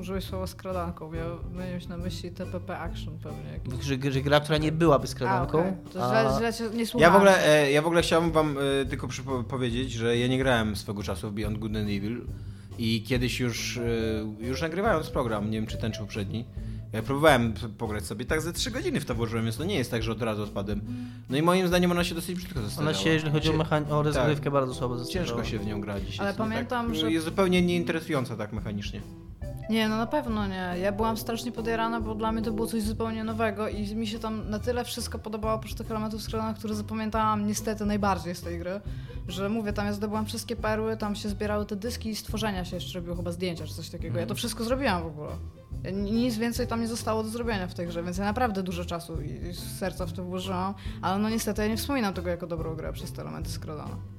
Speaker 4: użyłeś słowa skradanką. Ja miałem na myśli TPP Action pewnie. jakiś.
Speaker 2: Że, że gra, która nie byłaby skradanką.
Speaker 4: A, okej. To źle, źle cię nie
Speaker 3: Ja
Speaker 4: słuchałem.
Speaker 3: w, ogóle, e, ja w ogóle chciałbym wam e, tylko przypo- powiedzieć, że ja nie grałem swego czasu w Beyond Good and Evil i kiedyś już, e, już nagrywając program, nie wiem czy ten czy poprzedni, e, próbowałem p- pograć sobie tak ze 3 godziny w to włożyłem, więc to nie jest tak, że od razu odpadłem. No i moim zdaniem ona się dosyć brzydko
Speaker 2: Ona
Speaker 3: zestarzała.
Speaker 2: się, jeżeli chodzi o,
Speaker 3: Cie-
Speaker 2: mechan... o rozgrywkę,
Speaker 3: tak.
Speaker 2: bardzo słabo
Speaker 3: Ciężko
Speaker 2: zestarzała.
Speaker 3: się w nią gra dzisiaj.
Speaker 4: Ale
Speaker 3: co nie?
Speaker 4: pamiętam,
Speaker 3: tak,
Speaker 4: że-
Speaker 3: Jest zupełnie nieinteresująca tak mechanicznie.
Speaker 4: Nie, no na pewno nie. Ja byłam strasznie podjarana, bo dla mnie to było coś zupełnie nowego i mi się tam na tyle wszystko podobało oprócz tych elementów skradanych, które zapamiętałam niestety najbardziej z tej gry, że mówię, tam ja zdobyłam wszystkie perły, tam się zbierały te dyski i stworzenia się jeszcze robiło chyba zdjęcia czy coś takiego. Ja to wszystko zrobiłam w ogóle. Ja ni- Nic więcej tam nie zostało do zrobienia w tej grze, więc ja naprawdę dużo czasu i i serca w to włożyłam, ale no niestety ja nie wspominam tego jako dobrą grę przez te elementy skradane.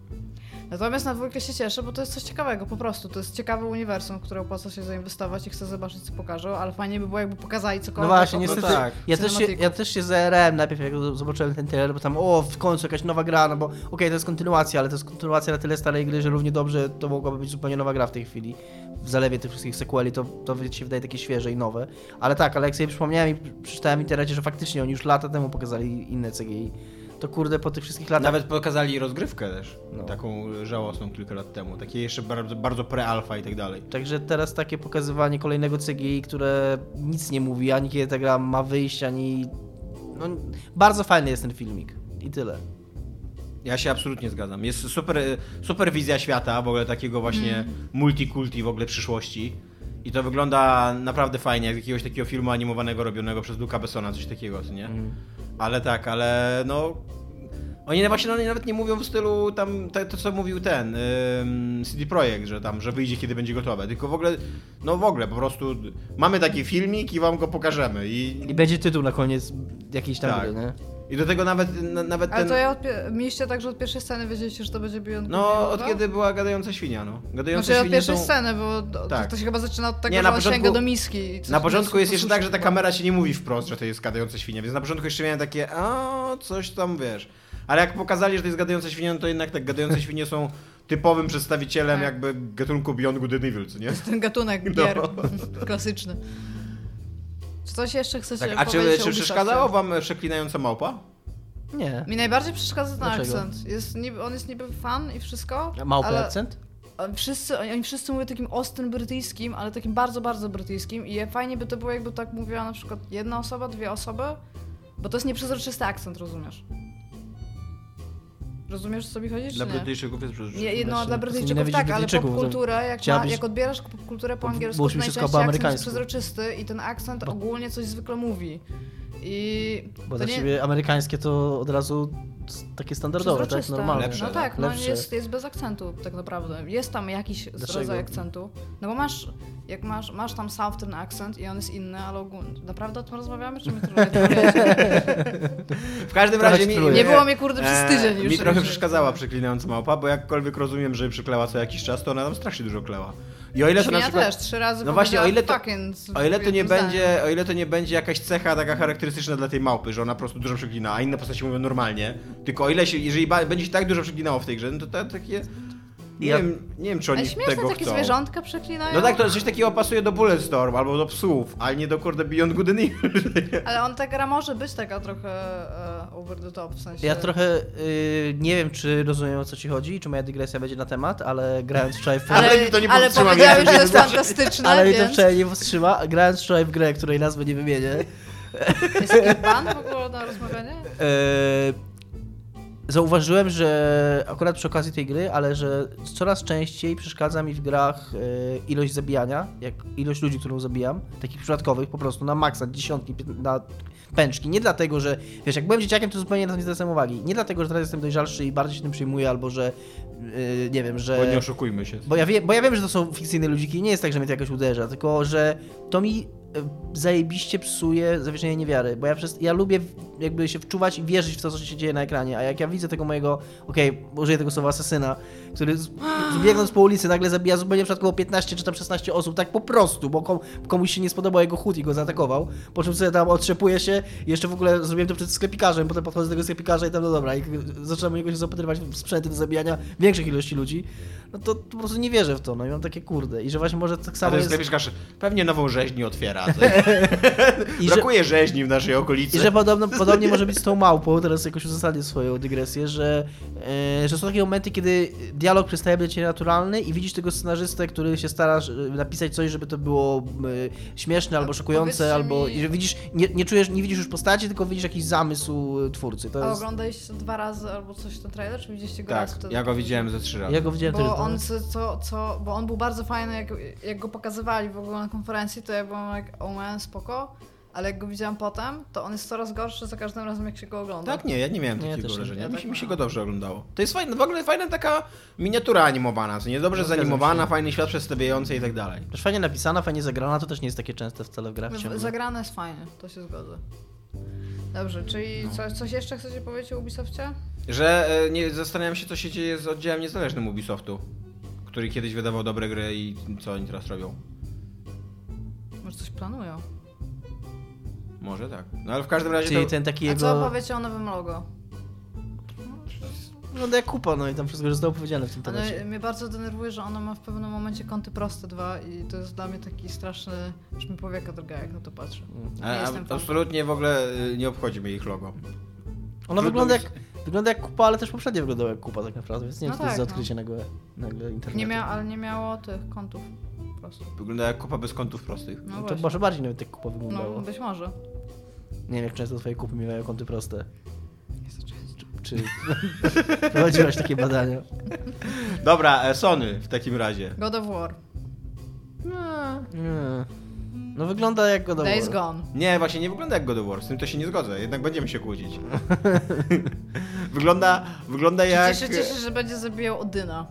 Speaker 4: Natomiast na dwójkę się cieszę, bo to jest coś ciekawego, po prostu. To jest ciekawe uniwersum, w które opłaca się zainwestować i chcę zobaczyć, co pokażą, ale fajnie by było, jakby pokazali
Speaker 2: No
Speaker 4: cokolwiek.
Speaker 2: właśnie,
Speaker 4: o-
Speaker 2: niestety.
Speaker 3: No tak.
Speaker 2: ja, też się,
Speaker 4: Cinematiku.
Speaker 2: ja też się zaerałem najpierw, jak z- zobaczyłem ten trailer, bo tam, o, w końcu jakaś nowa gra, no bo okej, to jest kontynuacja, ale to jest kontynuacja na tyle starej gry, że równie dobrze to mogłaby być zupełnie nowa gra w tej chwili. W zalewie tych wszystkich sequeli to, to się wydaje takie świeże i nowe. Ale tak, ale jak sobie przypomniałem i przeczytałem w internecie, że faktycznie oni już lata temu pokazali inne CGI, to kurde, po tych wszystkich latach...
Speaker 3: Nawet pokazali rozgrywkę też,
Speaker 2: No.
Speaker 3: taką e, żałosną kilka lat temu, takie jeszcze bardzo, bardzo pre-alfa i tak dalej.
Speaker 2: Także teraz takie pokazywanie kolejnego CGI, które nic nie mówi, ani kiedy ta gra ma wyjść, ani... No, bardzo fajny jest ten filmik. I tyle.
Speaker 3: Ja się absolutnie zgadzam. Jest super, super wizja świata, w ogóle takiego właśnie
Speaker 4: Mm.
Speaker 3: multikulti w ogóle przyszłości. I to wygląda naprawdę fajnie, jak z jakiegoś takiego filmu animowanego robionego przez Luca Bessona, coś takiego, co nie?
Speaker 4: Mm.
Speaker 3: Ale tak, ale no... Oni właśnie no oni nawet nie mówią w stylu tam te, to, co mówił ten ym, CD Projekt, że tam, że wyjdzie kiedy będzie gotowe. Tylko w ogóle, no w ogóle po prostu mamy taki filmik i wam go pokażemy. I,
Speaker 2: I będzie tytuł na koniec jakiejś tam
Speaker 3: Tak.
Speaker 2: gry, nie?
Speaker 3: i do tego nawet, na, nawet
Speaker 4: Ale
Speaker 3: ten...
Speaker 4: to ja od, pie- mieliście tak, że od pierwszej sceny wiedzieliście, że to będzie Beyond
Speaker 3: No,
Speaker 4: Good
Speaker 3: od
Speaker 4: Evil? tak?
Speaker 3: kiedy była gadająca świnia, no. Gadające
Speaker 4: Znaczy od
Speaker 3: świnie
Speaker 4: pierwszej
Speaker 3: są...
Speaker 4: sceny, bo do-
Speaker 3: Tak.
Speaker 4: to się chyba zaczyna od tego,
Speaker 3: Nie,
Speaker 4: że
Speaker 3: na
Speaker 4: on
Speaker 3: początku-
Speaker 4: sięga do miski. i coś
Speaker 3: Na początku
Speaker 4: po
Speaker 3: jest jeszcze
Speaker 4: prostu
Speaker 3: tak, że ta kamera ci nie mówi wprost, że to jest gadające świnie, więc na początku jeszcze miałem takie, a coś tam wiesz. Ale jak pokazali, że to jest gadające świnie, no to jednak tak gadające świnie są typowym przedstawicielem
Speaker 4: Tak.
Speaker 3: jakby gatunku Beyond Good and Evil, co nie?
Speaker 4: Ten gatunek
Speaker 3: No.
Speaker 4: gier klasyczny. Czy coś jeszcze chcecie
Speaker 3: Tak, a czy,
Speaker 4: powiedzieć o
Speaker 3: czy
Speaker 4: Ubisoftie?
Speaker 3: przeszkadzało wam e, przeklinająca małpa?
Speaker 2: Nie.
Speaker 4: Mi najbardziej przeszkadza ten
Speaker 2: Dlaczego?
Speaker 4: akcent. Jest niby, on jest niby fan i wszystko.
Speaker 2: Małpy
Speaker 4: ale
Speaker 2: akcent?
Speaker 4: on- Wszyscy, oni oni wszyscy mówią takim ostrym brytyjskim, ale takim bardzo, bardzo brytyjskim. I je- fajnie by to było, jakby tak mówiła na przykład jedna osoba, dwie osoby, bo to jest nieprzezroczysty akcent, rozumiesz? Rozumiesz, o co mi chodzi? czy
Speaker 3: Dla
Speaker 4: nie?
Speaker 3: Brytyjczyków jest przecież...
Speaker 4: Nie, no
Speaker 2: Znaczy,
Speaker 4: dla Brytyjczyków
Speaker 2: nienawidzi
Speaker 4: tak, ale
Speaker 2: Brytyjczyków,
Speaker 4: popkulturę, jak, ma,
Speaker 2: chciałabyś-
Speaker 4: jak odbierasz popkulturę po
Speaker 2: Bo-
Speaker 4: angielsku,
Speaker 2: bo
Speaker 4: to
Speaker 2: się wszystko
Speaker 4: najczęściej akcent jest
Speaker 2: amerykańsku.
Speaker 4: przezroczysty i ten akcent
Speaker 2: Bo-
Speaker 4: ogólnie coś zwykle mówi. I
Speaker 2: Bo
Speaker 4: to
Speaker 2: dla
Speaker 4: nie
Speaker 2: ciebie amerykańskie to od razu s- takie
Speaker 4: No
Speaker 2: standardowe, tak?
Speaker 4: przezroczyste.
Speaker 2: Normalne.
Speaker 3: Lepsze,
Speaker 4: No tak, no
Speaker 2: Lepsze.
Speaker 4: jest, jest bez akcentu tak naprawdę. Jest tam jakiś
Speaker 2: Dlaczego?
Speaker 4: rodzaj akcentu. No bo masz, jak masz, masz tam Southern akcent i on jest inny, ale ogólnie... Naprawdę o tym rozmawiamy, czy my trochę
Speaker 3: W każdym
Speaker 2: Tak,
Speaker 3: razie mi,
Speaker 2: spróbuję.
Speaker 4: Nie było mnie, kurde, przez
Speaker 3: e,
Speaker 4: tydzień już.
Speaker 3: Mi trochę przeszkadzała przeklinająca małpa, bo jakkolwiek rozumiem, że przyklała co jakiś czas, to ona tam strasznie dużo kleła. I o ile to na
Speaker 4: Znaczy, Ja
Speaker 3: przykład...
Speaker 4: też, trzy razy
Speaker 3: No właśnie, o ile to-
Speaker 4: powiedziała fucking z-
Speaker 3: O ile, to nie
Speaker 4: jednym zdaniem.
Speaker 3: będzie, o ile to nie będzie jakaś cecha taka charakterystyczna dla tej małpy, że ona po prostu dużo przeklina, a inne postaci mówią normalnie. Tylko o ile się, jeżeli ba- będzie się tak dużo przeklinało w tej grze, no to ta, takie... Nie,
Speaker 2: Ja-
Speaker 3: wiem, nie wiem, czy
Speaker 4: Ale
Speaker 3: oni
Speaker 4: śmieszne
Speaker 3: tego
Speaker 4: takie
Speaker 3: chcą.
Speaker 4: zwierzątka przeklinają.
Speaker 3: No tak, to coś takiego pasuje do Bulletstorm albo do psów, ale nie do kurde Beyond Good and Evil.
Speaker 4: Ale on ta gra może być taka trochę e, over the top, w sensie...
Speaker 2: Ja trochę y, nie wiem, czy rozumiem o co ci chodzi, czy moja dygresja będzie na temat, ale grając wczoraj w
Speaker 3: Ale mi to nie
Speaker 4: ale
Speaker 3: powstrzyma mnie,
Speaker 4: powiedziałeś,
Speaker 3: żeby
Speaker 4: że jest
Speaker 3: zobaczyć.
Speaker 4: fantastyczne,
Speaker 2: Ale mnie to
Speaker 4: więc...
Speaker 2: wczoraj nie powstrzyma, a grając wczoraj w grę, której nazwy nie wymienię,
Speaker 4: Jest jakiś ban w ogóle na rozmawianie?
Speaker 2: e, zauważyłem, że akurat przy okazji tej gry, ale że coraz częściej przeszkadza mi w grach e, ilość zabijania, jak ilość ludzi, którą zabijam, takich przypadkowych, po prostu na maksa, dziesiątki, pię- na pęczki. Nie dlatego, że, wiesz, jak byłem dzieciakiem, to zupełnie na to nie zwracałem uwagi. Nie dlatego, że teraz jestem dojrzalszy i bardziej się tym przyjmuję, albo że, e, nie wiem, że...
Speaker 3: Bo nie oszukujmy się.
Speaker 2: Bo ja, wie, bo ja wiem, że to są fikcyjne ludziki, nie jest tak, że mnie to jakoś uderza, tylko że to mi e, zajebiście psuje zawieszenie niewiary, bo ja, przez, ja lubię w- jakby się wczuwać i wierzyć w to, co się dzieje na ekranie, a jak ja widzę tego mojego, okej, użyję tego słowa asesyna, który z- biegnąc po ulicy nagle zabija zupełnie przypadkowo 15 czy tam 16 osób, tak po prostu, bo kom, komuś się nie spodobał jego chód i go zaatakował, po czym sobie tam otrzepuje się, jeszcze w ogóle zrobiłem to przed sklepikarzem, potem podchodzę do tego sklepikarza i tam, no dobra, i zaczynam o niego się zapatrywać w sprzęty do zabijania większych ilości ludzi, no to po prostu nie wierzę w to, no i mam takie kurde, i że właśnie może tak samo
Speaker 3: Ale
Speaker 2: jest...
Speaker 3: sklepisz kaszy, pewnie nową rzeźnię otwiera.
Speaker 2: I że,
Speaker 3: Brakuje rzeźni w naszej okolicy.
Speaker 2: I że podobno, podobnie może być z tą małpą, teraz jakoś uzasadnię swoją dygresję, że, e, że są takie momenty, kiedy dialog przestaje być naturalny i widzisz tego scenarzystę, który się stara e, napisać coś, żeby to było e, śmieszne albo szokujące,
Speaker 4: powiedzcie
Speaker 2: albo
Speaker 4: mi-
Speaker 2: i że widzisz, nie, nie czujesz, nie widzisz już postaci, tylko widzisz jakiś zamysł e, twórcy.
Speaker 4: A
Speaker 2: To jest,
Speaker 4: oglądaliście dwa razy albo coś ten trailer, czy widzieliście go
Speaker 3: Tak,
Speaker 4: raz wtedy?
Speaker 3: ja go widziałem ze trzy razy.
Speaker 2: ja go widziałem też.
Speaker 4: Bo
Speaker 2: no.
Speaker 4: on, co, co, co, bo on był bardzo fajny, jak, jak go pokazywali w ogóle na konferencji, to ja byłam jak, o man, spoko, ale jak go widziałam potem, to on jest coraz gorszy za każdym razem, jak się go ogląda.
Speaker 3: Tak, nie, ja nie miałem
Speaker 2: Nie, ja
Speaker 3: takiego
Speaker 2: też nie.
Speaker 3: wrażenia.
Speaker 2: Ja
Speaker 3: Mi
Speaker 2: tak
Speaker 3: się, mi się go dobrze oglądało. To jest fajna, w ogóle fajna taka miniatura animowana, co nie? Dobrze
Speaker 2: No, Zgadzam
Speaker 3: zanimowana, fajny świat przedstawiający i tak dalej.
Speaker 2: Też fajnie napisana, fajnie zagrana, to też nie jest takie częste wcale w grach.
Speaker 4: W-
Speaker 2: ciągle.
Speaker 4: Zagrane jest fajnie, to się zgodzę. Dobrze, czyli
Speaker 3: No.
Speaker 4: co, coś jeszcze chcecie powiedzieć o Ubisoftie?
Speaker 3: Że e, nie, zastanawiam się, co się dzieje z oddziałem niezależnym Ubisoftu, który kiedyś wydawał dobre gry i co oni teraz robią.
Speaker 4: Może coś planują?
Speaker 3: Może tak. No ale w każdym razie
Speaker 2: Czyli
Speaker 3: to...
Speaker 2: ten taki
Speaker 4: A co
Speaker 2: jego...
Speaker 4: powiecie o nowym logo?
Speaker 2: Wygląda jak kupa, no i tam wszystko zostało powiedziane w
Speaker 3: No
Speaker 2: tym temacie.
Speaker 4: Ale mnie bardzo denerwuje, że ona ma w pewnym momencie kąty proste dwa i to jest dla mnie taki straszny, że mi powieka druga, jak na to patrzę. Nie
Speaker 3: Mm. A,
Speaker 4: jestem
Speaker 3: a,
Speaker 4: fan.
Speaker 3: absolutnie w ogóle y, nie obchodzi mnie ich logo.
Speaker 2: Ona
Speaker 3: Trudno
Speaker 2: wygląda
Speaker 3: mi
Speaker 2: jak, wygląda jak kupa, ale też poprzednio wyglądała jak kupa tak naprawdę, więc nie wiem,
Speaker 4: No
Speaker 2: co to jest za
Speaker 4: tak, no.
Speaker 2: odkrycie nagle, nagle internetu.
Speaker 4: Nie mia, ale nie miało tych kątów prostych.
Speaker 3: Wygląda jak kupa bez kątów prostych.
Speaker 4: No,
Speaker 2: no to
Speaker 4: właśnie.
Speaker 2: może bardziej nawet jak kupa wyglądało.
Speaker 4: No, być może.
Speaker 2: Nie wiem, jak często twoje kupy miewają kąty proste. Czy prowadziłaś takie badania?
Speaker 3: Dobra, e, Sony w takim razie.
Speaker 4: God of War.
Speaker 2: Nie. No wygląda jak godowo.
Speaker 4: Days Gone.
Speaker 3: Nie, właśnie nie wygląda jak God of War, z tym to się nie zgodzę, jednak będziemy się kłócić. wygląda, wygląda jak...
Speaker 4: Cieszę, cieszę, że będzie zabijał Odyna.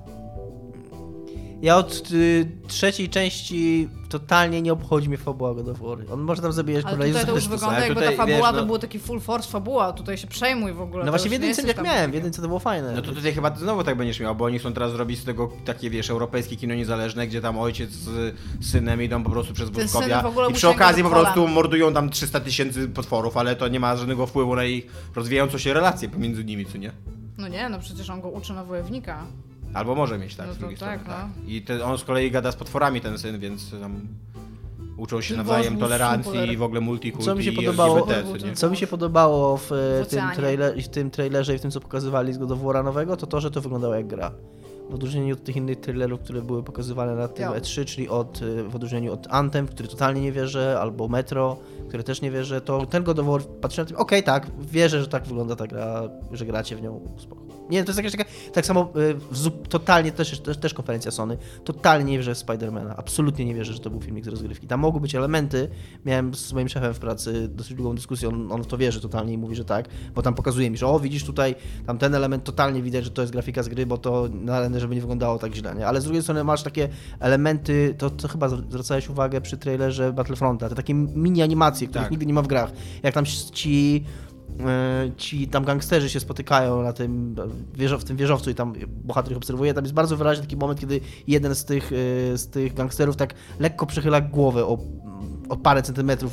Speaker 2: Ja od y, trzeciej części totalnie nie obchodzi mnie fabuła God of War. On może tam zabijać
Speaker 4: Ale
Speaker 2: kurwa
Speaker 4: tutaj
Speaker 2: Jezusa
Speaker 4: to już
Speaker 2: Chrystusa.
Speaker 4: wygląda
Speaker 3: Ale
Speaker 4: jakby
Speaker 3: tutaj,
Speaker 4: ta fabuła
Speaker 3: wiesz, no-
Speaker 4: to był taki full force fabuła, tutaj się przejmuj w ogóle.
Speaker 2: No
Speaker 4: to
Speaker 2: właśnie w
Speaker 4: już nie
Speaker 2: jedynce
Speaker 4: jesteś
Speaker 2: tak
Speaker 4: tam-
Speaker 2: miałem, w jedynce to było fajne.
Speaker 3: No to tutaj chyba znowu tak będziesz miał, bo oni chcą teraz zrobić z tego takie, wiesz, europejskie kino niezależne, gdzie tam ojciec z synem idą po prostu przez
Speaker 4: Ten syn
Speaker 3: Włoskowia
Speaker 4: w ogóle
Speaker 3: i
Speaker 4: musi
Speaker 3: przy okazji po
Speaker 4: jakby do pola.
Speaker 3: prostu mordują tam 300 tysięcy potworów, ale to nie ma żadnego wpływu na ich rozwijającą się relację pomiędzy nimi, co nie?
Speaker 4: No nie, no przecież on go uczy na wojownika.
Speaker 3: Albo może mieć tak,
Speaker 4: No
Speaker 3: z
Speaker 4: to
Speaker 3: drugiej
Speaker 4: tak,
Speaker 3: strony. Tak. I ten, on z kolei gada z potworami ten syn, więc tam Uczą się
Speaker 4: Wąż
Speaker 3: nawzajem
Speaker 4: był
Speaker 3: tolerancji
Speaker 4: super.
Speaker 3: i w ogóle multikulti
Speaker 2: Co mi się
Speaker 3: i
Speaker 2: podobało-
Speaker 3: LGBT, co nie?
Speaker 2: Co mi się podobało w, e, tym,
Speaker 4: oceanie.
Speaker 2: trailer, w tym trailerze i w tym, co pokazywali z God of War'a nowego, to to, że to wyglądało jak gra. W odróżnieniu od tych innych trailerów, które były pokazywane na tym
Speaker 4: Ja.
Speaker 2: E3, czyli od, e, w odróżnieniu od Anthem, w który totalnie nie wierzę, albo Metro, które też nie wierzę, to ten God of War patrzyłem na tym, okej, tak, wierzę, że tak wygląda ta gra, że gracie w nią, spoko. Nie, to jest jakaś taka, tak samo e, w zup- totalnie, też, też, też konferencja Sony, totalnie nie wierzę w Spidermana, absolutnie nie wierzę, że to był filmik z rozgrywki. Tam mogły być elementy, miałem z moim szefem w pracy dosyć długą dyskusję, on, on w to wierzy totalnie i mówi, że tak, bo tam pokazuje mi, że o, widzisz tutaj, tam ten element totalnie widać, że to jest grafika z gry, bo to na renderze by nie wyglądało tak źle, nie? Ale z drugiej strony masz takie elementy, to, to chyba zwr- zwracałeś uwagę przy trailerze Battlefronta, te takie mini animacje, których
Speaker 3: Tak.
Speaker 2: nigdy nie ma w grach, jak tam ci e, ci tam gangsterzy się spotykają na tym e, wieżo, w tym wieżowcu i tam bohater ich obserwuje, tam jest bardzo wyraźny taki moment, kiedy jeden z tych, e, z tych gangsterów tak lekko przechyla głowę o, o parę centymetrów